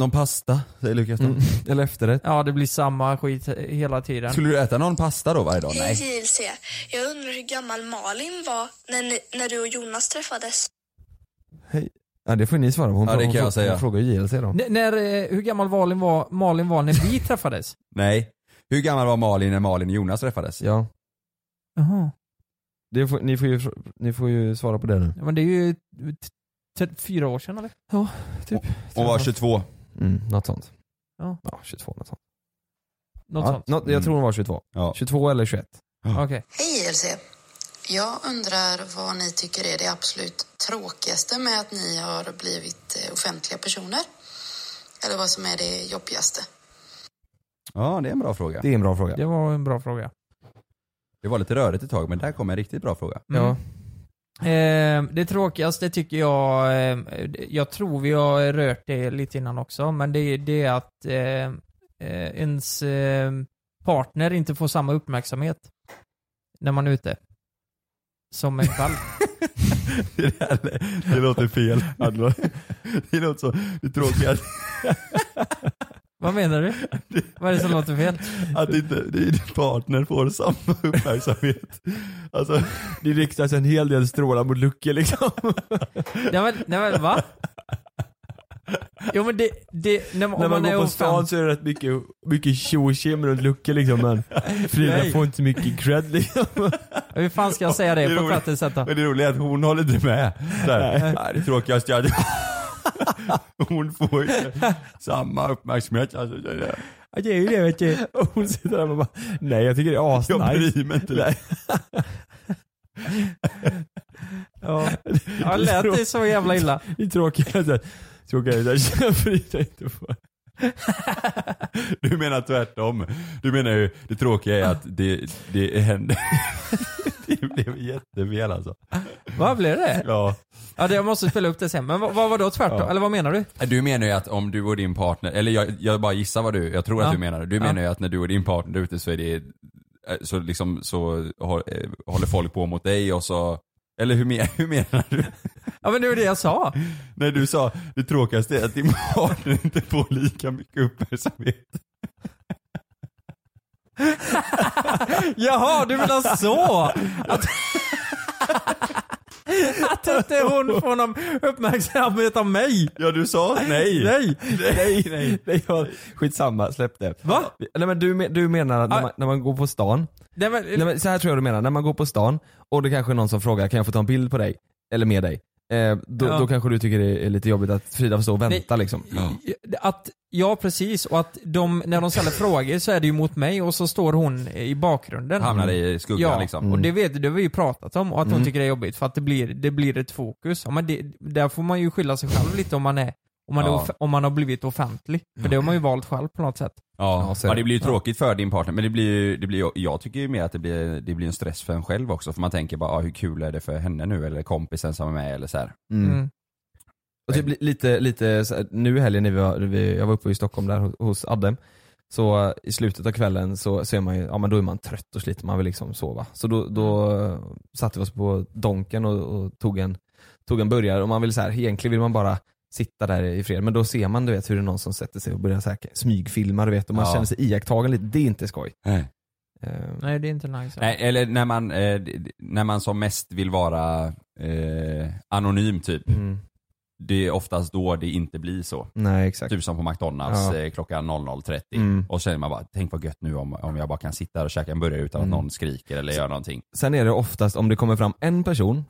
G: Någon pasta, säger Lukas då.
A: Mm. Eller efterrätt.
F: Ja, det blir samma skit eh, hela tiden.
G: Skulle du äta någon pasta då varje dag?
S: Hej
G: Nej.
S: JLC. Jag undrar hur gammal Malin var när, ni, när du och Jonas träffades?
A: Ja det får ni svara på. Hon,
G: Ja, det
A: hon,
G: kan jag
A: hon,
G: säga.
A: hon frågar ju JLC då.
F: N- när, eh, hur gammal Malin var, Malin var när vi träffades?
G: Nej. Hur gammal var Malin när Malin och Jonas träffades?
A: Ja.
F: Jaha.
A: Det får, ni, får ju, fr- ni får ju svara på det nu.
F: Ja, men det är ju t- t- fyra år sedan eller?
A: Ja, typ.
G: Hon var 22.
A: Mm, något sånt.
F: Ja.
A: Ja, 22 något sånt.
F: Något
A: ja,
F: sånt.
A: Något,
G: Mm.
A: jag tror hon var 22. 22 eller 21.
F: Okej.
T: Hej ELC! Jag undrar vad ni tycker är det absolut tråkigaste med att ni har blivit eh, offentliga personer? Eller vad som är det jobbigaste?
G: Ja, det är en bra fråga.
A: Det är en bra fråga.
F: Det var en bra fråga.
G: Det var lite rörigt ett tag, men där kom en riktigt bra fråga.
F: Mm. Eh, det tråkigaste tycker jag, eh, jag tror vi har rört det lite innan också, men det, det är att eh, eh, ens eh, partner inte får samma uppmärksamhet när man är ute. Som en kväll.
G: Det, där, det låter fel. Det låter så, det tråkiga
F: Vad menar du? Vad är det som låter fel?
G: att inte din partner får samma uppmärksamhet. Alltså,
A: det riktas en hel del strålar mot Lucke liksom.
F: Nej men, nej, men va? Jo men det, det när man,
A: När
F: om
A: man,
F: man är
A: går på
F: offentlig-
A: stan så är det rätt mycket, mycket tjo och tjim runt Lucke liksom men Frida
F: Nej.
A: får inte så mycket cred liksom.
F: Hur fan ska jag säga det på ett
G: roligt.
F: fattigt sätt då?
G: Men det roliga är att hon håller inte med. Så här,
A: Nej.
G: "Nej, det tråkigaste jag hade Hon får ju samma uppmärksamhet. Alltså, det är-
F: Ja, det är ju det vet du. Och hon sitter där och bara, nej jag tycker det är asnice.
G: Jag bryr mig inte.
F: Nej.
A: Ja. Ja, lät det så jävla illa?
F: Det är tråkigt. att jag- Tråkigt att jag jag bryr mig inte på.
G: Du menar tvärtom. Du menar ju, det tråkiga är att det, det händer. Det blev jättefel alltså.
A: Vad blev det?
G: Ja.
A: Ja, det, jag måste spela upp det sen. Men vad, vad var då tvärtom?
G: Ja.
A: Eller vad menar du?
G: Du menar ju att om du och din partner, eller jag, jag bara gissar vad du, jag tror
A: Ja.
G: att du menar det. Du
A: Ja.
G: menar ju att när du och din partner är ute så är det, eh, så liksom så har- eh, håller folk på mot dig och så, eller hur, men- hur menar du?
A: Ja men det var det jag sa.
G: När du sa, det tråkigaste är att din partner inte får lika mycket uppmärksamhet.
A: Jaha, du menar så? Att, att inte hon får någon uppmärksamhet av mig?
G: Ja, du sa
F: nej.
A: Nej.
F: Nej, nej, nej. jag- Skitsamma, släpp det.
A: Va?
F: Nej men du, me- du menar att när man, när man går på stan,
A: Nej, men,
F: nej, men, så här tror jag du menar, när man går på stan och det kanske är någon som frågar kan jag få ta en bild på dig? Eller med dig? Eh, då,
A: Ja.
F: då kanske du tycker det är lite jobbigt att Frida får stå och vänta liksom.
A: eh, Att, ja precis, och att de, när de ställer frågor så är det ju mot mig och så står hon i bakgrunden.
G: Hamnar i skuggan
A: ja,
F: Mm.
G: liksom.
A: och det vet det har vi ju pratat om och att hon
G: Mm.
A: tycker det är jobbigt för att det blir, det blir ett fokus. Ja, men det, där får man ju skylla sig själv lite om man är om man, är
G: Ja.
A: off- om man har blivit offentlig. För det har man ju valt själv på något sätt.
G: Ja,
A: så är
G: ja
A: det.
G: det blir ju tråkigt för din partner men det blir ju, det blir, ju- jag tycker ju mer att det blir, det blir en stress för en själv också för man tänker bara ah, hur kul är det för henne nu eller kompisen som är med eller så här.
F: Mm. Och typ li- lite, lite så här, nu i helgen när vi var, vi, jag var uppe i Stockholm där hos, hos Adde, så eh, i slutet av kvällen så, så är man ju, ja men då är man trött och sliter, man vill liksom sova. Så då, då eh, satte vi oss på Donken och, och tog en, tog en burgare och man vill så här, egentligen vill man bara sitta där i fred men då ser man du vet hur det är någon som sätter sig och börjar så här, smygfilma du vet och man
G: Ja.
F: känner sig iakttagen lite, det är inte skoj.
G: Nej.
F: Eh,
A: Nej det är inte nice.
G: Nej, eller när man, eh, d- d- när man som mest vill vara eh, anonym typ. Det är oftast då det inte blir så.
F: mm. Nej exakt.
G: Typ som på McDonalds
F: Ja.
G: eh, klockan 00.30
F: Mm.
G: och så känner man bara, tänk vad gött nu om, om jag bara kan sitta här och käka en burgare utan
F: Mm.
G: att någon skriker eller gör någonting.
F: Sen är det oftast, om det kommer fram en person,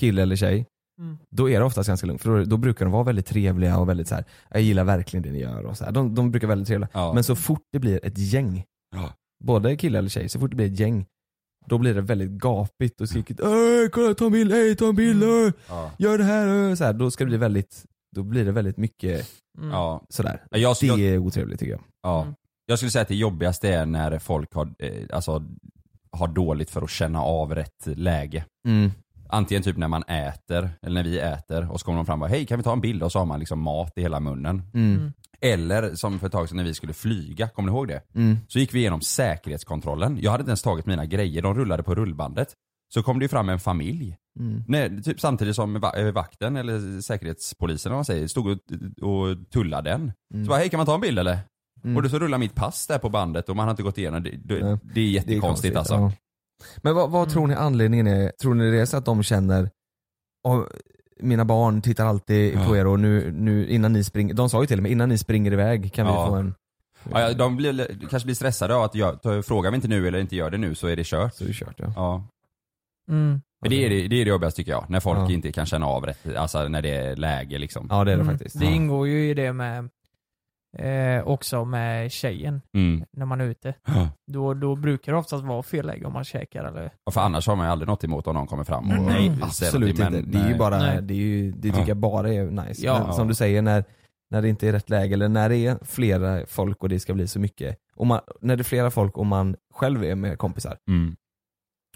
F: kille eller tjej,
A: Mm.
F: då är det oftast ganska lugnt. För då, då brukar de vara väldigt trevliga och väldigt så här. jag gillar verkligen det ni gör och så här. De, de brukar vara väldigt trevliga.
G: Ja.
F: Men så fort det blir ett gäng,
G: Ja.
F: både kille eller tjej, så fort det blir ett gäng, då blir det väldigt gapigt och skrikigt. Öh, kolla ta en bild, hej ta en bild, öh,
G: Ja.
F: gör det här, öh. så här. Då ska det bli väldigt, då blir det väldigt mycket
G: Ja.
F: sådär.
G: Ja, Alltså, jag skulle-
F: Det är otrevligt tycker jag.
G: Ja. Jag skulle säga att det jobbigaste är när folk har, eh, alltså, har dåligt för att känna av rätt läge.
F: Mm.
G: Antingen typ när man äter, eller när vi äter, och så kommer de fram och bara hej kan vi ta en bild? Och så har man liksom mat i hela munnen.
F: Mm.
G: Eller som för ett tag sedan när vi skulle flyga, kommer ni ihåg det?
F: Mm.
G: Så gick vi igenom säkerhetskontrollen. Jag hade inte ens tagit mina grejer, de rullade på rullbandet. Så kom det ju fram en familj.
F: Mm.
G: Nej, typ samtidigt som va- eh, vakten eller säkerhetspolisen eller vad man säger, stod och, och tullade den.
F: Mm.
G: Så bara, hej kan man ta en bild eller?
F: Mm.
G: Och då så rullar mitt pass där på bandet och man har inte gått igenom det.
F: Nej.
G: Det, det är jättekonstigt
F: konstigt,
G: alltså.
F: ja. Men vad, vad tror ni anledningen är? Tror ni det är så att de känner "Åh, mina barn tittar alltid på er och nu, nu innan ni springer, de sa ju till mig innan ni springer iväg kan
G: Ja.
F: vi få en
G: Ja, ja, de blir, kanske blir stressade av att jag, ta- frågar vi inte nu eller inte gör det nu så är det kört.
F: Så är det kört ja.
A: Mm.
G: Men det, är det, det är det jobbigaste tycker jag, när folk
F: Ja.
G: inte kan känna av rätt, alltså när det är läge liksom.
F: Ja det är det
A: Mm.
F: faktiskt.
A: Det ingår ju i det med eh, också med tjejen
G: Mm.
A: när man är ute.
G: Ja.
A: Då, då brukar det oftast vara fel läge om man käkar eller
G: Ja, För annars har man ju aldrig något emot om någon kommer fram och
F: Mm, Nej,
G: säger
F: absolut
G: någonting, men
F: inte. det är ju
G: nej.
F: bara,
G: Nej.
F: det, är ju, det tycker
G: Ja.
F: jag bara är nice.
G: Ja.
F: Men som du säger, när, när det inte är rätt läge eller när det är flera folk och det ska bli så mycket. Och man, när det är flera folk och man själv är med kompisar.
G: Mm.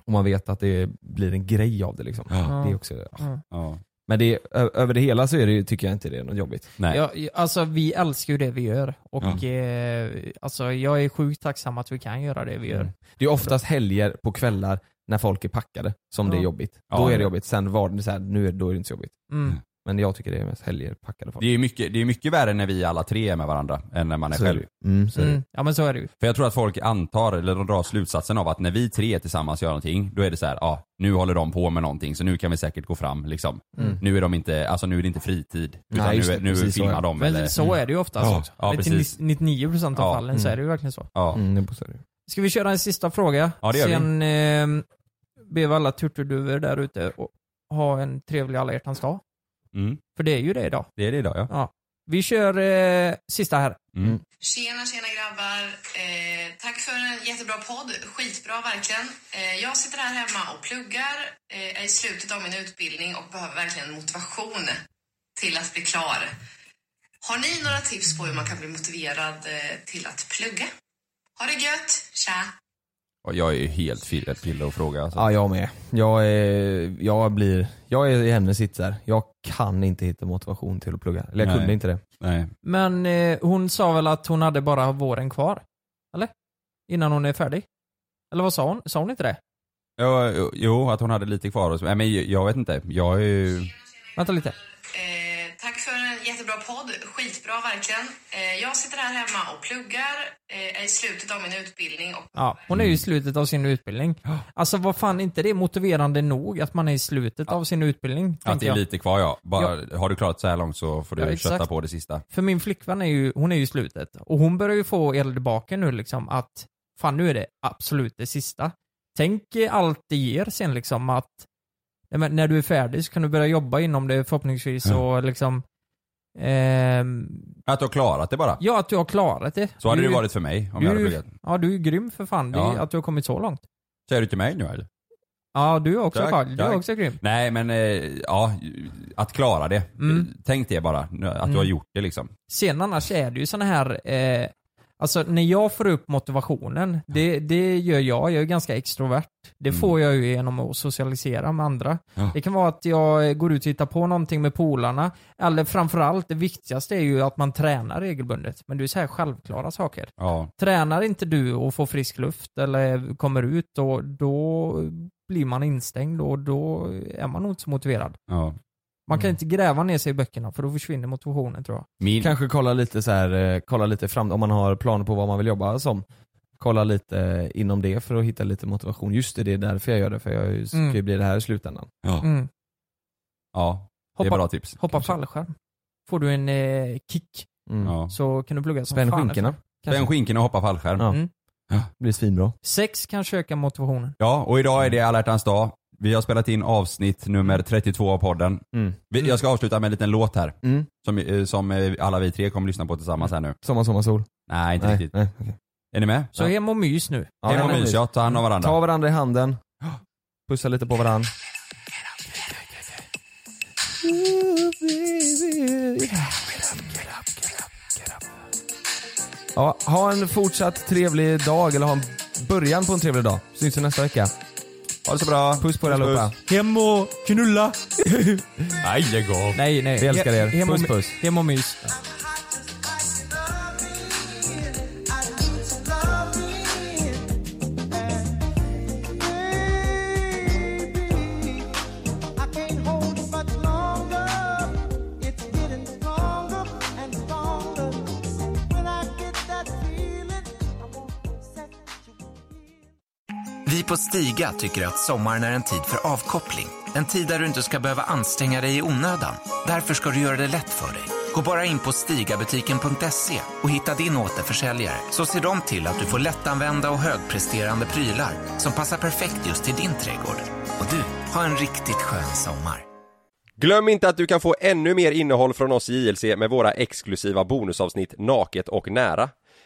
F: Och man vet att det blir en grej av det liksom.
G: Ja.
F: Det är också, ja.
A: Mm.
G: Ja.
F: Men det, ö- över det hela så är det, ju- tycker jag inte det är något jobbigt.
G: Nej.
A: Ja, alltså vi älskar ju det vi gör och eh, alltså, jag är sjukt tacksam att vi kan göra det vi gör.
F: Mm. Det är oftast helger på kvällar när folk är packade som det är
A: Ja.
F: jobbigt.
G: Ja.
F: Då är det jobbigt. Sen var det så här, nu är, då är det inte så jobbigt.
A: Mm.
F: Men jag tycker det är mest helger packade folk.
G: Det är ju mycket, det är mycket värre när vi alla tre är med varandra än när man är
F: Så är
G: själv.
F: det ju. Mm, så är det ju.
A: Mm. Ja men så är det ju.
G: För jag tror att folk antar, eller de drar slutsatsen av att när vi tre tillsammans gör någonting, då är det så här, ja ah, nu håller de på med någonting så nu kan vi säkert gå fram liksom.
A: Mm.
G: Nu är de inte, alltså nu är det inte fritid. Utan
F: Nej, just
G: nu, är-
F: det,
G: nu
F: precis så,
G: filmar
F: ja.
G: de
A: Men
G: eller...
A: så är det ju oftast
G: Ja,
A: också.
G: ja,
A: Det är
G: precis.
A: till 99% av
G: Ja.
A: fallen så är det ju verkligen så.
G: Ja.
F: Mm, det är det.
A: Ska vi köra en sista fråga?
G: Ja, det gör vi.
A: Sen eh, ber vi alla turturduvor där ute och ha en trevlig alla hjärtans dag. För det är ju det idag.
G: Mm. Det är det idag ja. Mm.
A: Vi kör eh, sista här.
U: Tjena, tjena grabbar. Eh, tack för en jättebra podd. Skitbra verkligen. Eh, jag sitter här hemma och pluggar, eh, är i slutet av min utbildning och behöver verkligen motivation till att bli klar. Har ni några tips på hur man kan bli motiverad eh, till att plugga? Ha det gött! Tja!
G: Och jag är ju helt firad piller och fråga alltså.
F: Ja, jag med. Jag, är, jag, blir, jag är i hennes sits där. Jag kan inte hitta motivation till att plugga. Eller jag
G: Nej.
F: kunde inte det.
G: Nej.
A: Men eh, hon sa väl att hon hade bara våren kvar? Eller? Innan hon är färdig? Eller vad sa hon? Sa hon inte det?
G: Jo, jo, jo, att hon hade lite kvar och så. Nej men jag- jag vet inte. Jag är ju...
A: Vänta lite.
U: Eh, tack för en jättebra podd. Skitbra verkligen. Eh, jag sitter här hemma och pluggar, eh, är i slutet av min utbildning och
A: Ja, hon är ju i slutet av sin utbildning. Alltså vad fan, inte det är motiverande nog att man är i slutet av sin utbildning?
G: Att
A: tänker
G: det är
A: jag.
G: lite kvar ja. Bara, Har du klarat så här långt så får du
A: Ja, exakt.
G: kötta på det sista.
A: För min flickvän är ju, hon är ju i slutet. Och hon börjar ju få eld i baken nu liksom att fan nu är det absolut det sista. Tänk eh, allt det ger sen liksom att nej, men när du är färdig så kan du börja jobba inom det förhoppningsvis och liksom
G: Mm.
A: ehm,
G: Att du har klarat det bara.
A: Ja, att du har klarat det.
G: Så hade
A: Du-
G: det varit för mig om jag
A: du-
G: hade pluggat.
A: Ja, du är grym för fan. Det är
G: Ja.
A: ju att du har kommit så långt.
G: Säger du till mig nu eller?
A: Ja, du är också
G: Tack,
A: Carl. Du är
G: tack.
A: också grym.
G: Nej men eh, ja, att klara det. Tänk det bara, nu- att
A: Mm.
G: du har gjort det liksom.
A: Sen annars är det ju såna här, eh, alltså när jag får upp motivationen, det, det gör jag, jag är ganska extrovert. Det
G: Mm.
A: får jag ju genom att socialisera med andra.
V: Ja.
A: Det kan vara att jag går ut och hittar på någonting med polarna, eller framförallt det viktigaste är ju att man tränar regelbundet. Men det är så här självklara saker.
G: Ja.
A: Tränar inte du och får frisk luft eller kommer ut, och då blir man instängd och då är man nog inte så motiverad.
G: Ja.
A: Man
G: Mm.
A: kan inte gräva ner sig i böckerna för då försvinner motivationen tror jag.
F: Kanske kolla lite så här, eh, kolla lite fram, om man har planer på vad man vill jobba som. Kolla lite eh, inom det för att hitta lite motivation. Just det, det är därför jag gör det, för jag är ju- ska ju
A: Mm.
F: bli det här i slutändan.
G: Ja,
A: Mm.
G: ja det är
A: Hoppa-
G: bra tips.
A: Hoppa fallskärm. Får du en eh, kick
G: Ja.
A: så kan du plugga som
G: Spänn
A: fan.
G: skinkorna.
A: efter. Kanske.
G: Spänn skinkorna och hoppa fallskärm.
A: Ja. Mm.
F: Det blir svinbra.
A: Sex kan köka motivationen.
G: Ja, och idag är det alla hjärtans dag. Vi har spelat in avsnitt nummer 32 av podden.
F: Mm.
G: Vi, jag ska avsluta med en liten låt här.
F: Mm.
G: Som, eh, som eh, alla vi tre kommer lyssna på tillsammans här nu.
F: Sommar, sommar, sol.
G: Nej, inte
F: Nej,
G: riktigt. Är ni med?
A: Så hem och mys nu.
G: Hem och mys, ja. Ta hand om varandra.
F: Ta varandra i handen. Pussa lite på varandra. Ja, ha en fortsatt trevlig dag, eller ha en början på en trevlig dag. Syns vi nästa vecka.
G: Ha det så bra.
F: Puss på er allihopa.
A: Hem och knulla.
G: Nej, lägg av.
A: Nej, nej.
F: Vi älskar er.
A: Hem och,
F: Puss, puss.
A: Hem och mys.
W: Vi på Stiga tycker att sommaren är en tid för avkoppling. En tid där du inte ska behöva anstränga dig i onödan. Därför ska du göra det lätt för dig. Gå bara in på stigabutiken.se och hitta din återförsäljare så ser de till att du får lättanvända och högpresterande prylar som passar perfekt just till din trädgård. Och du, har en riktigt skön sommar.
X: Glöm inte att du kan få ännu mer innehåll från oss i JLC med våra exklusiva bonusavsnitt Naket och nära.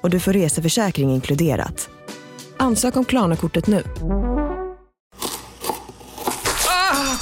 Y: och du får reseförsäkring inkluderat. Ansök om Klarna-kortet nu.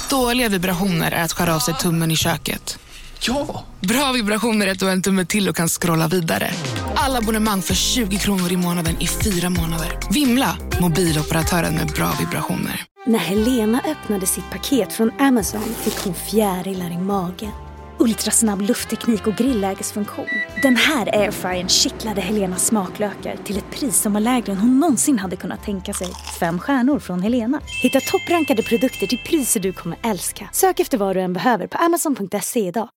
B: Dåliga vibrationer är att skära av sig tummen i köket. Ja! Bra vibrationer är att du har en tumme till och kan scrolla vidare. Alla abonnemang för 20 kronor i månaden i fyra månader. Vimla! Mobiloperatören med bra vibrationer.
Z: När Helena öppnade sitt paket från Amazon fick hon fjärilar i magen. Ultrasnabb luftteknik och grillägesfunktion. Den här airfryern kittlade Helenas smaklökar till ett pris som var lägre än hon någonsin hade kunnat tänka sig. Fem stjärnor från Helena. Hitta topprankade produkter till priser du kommer älska. Sök efter vad du än behöver på amazon.se idag.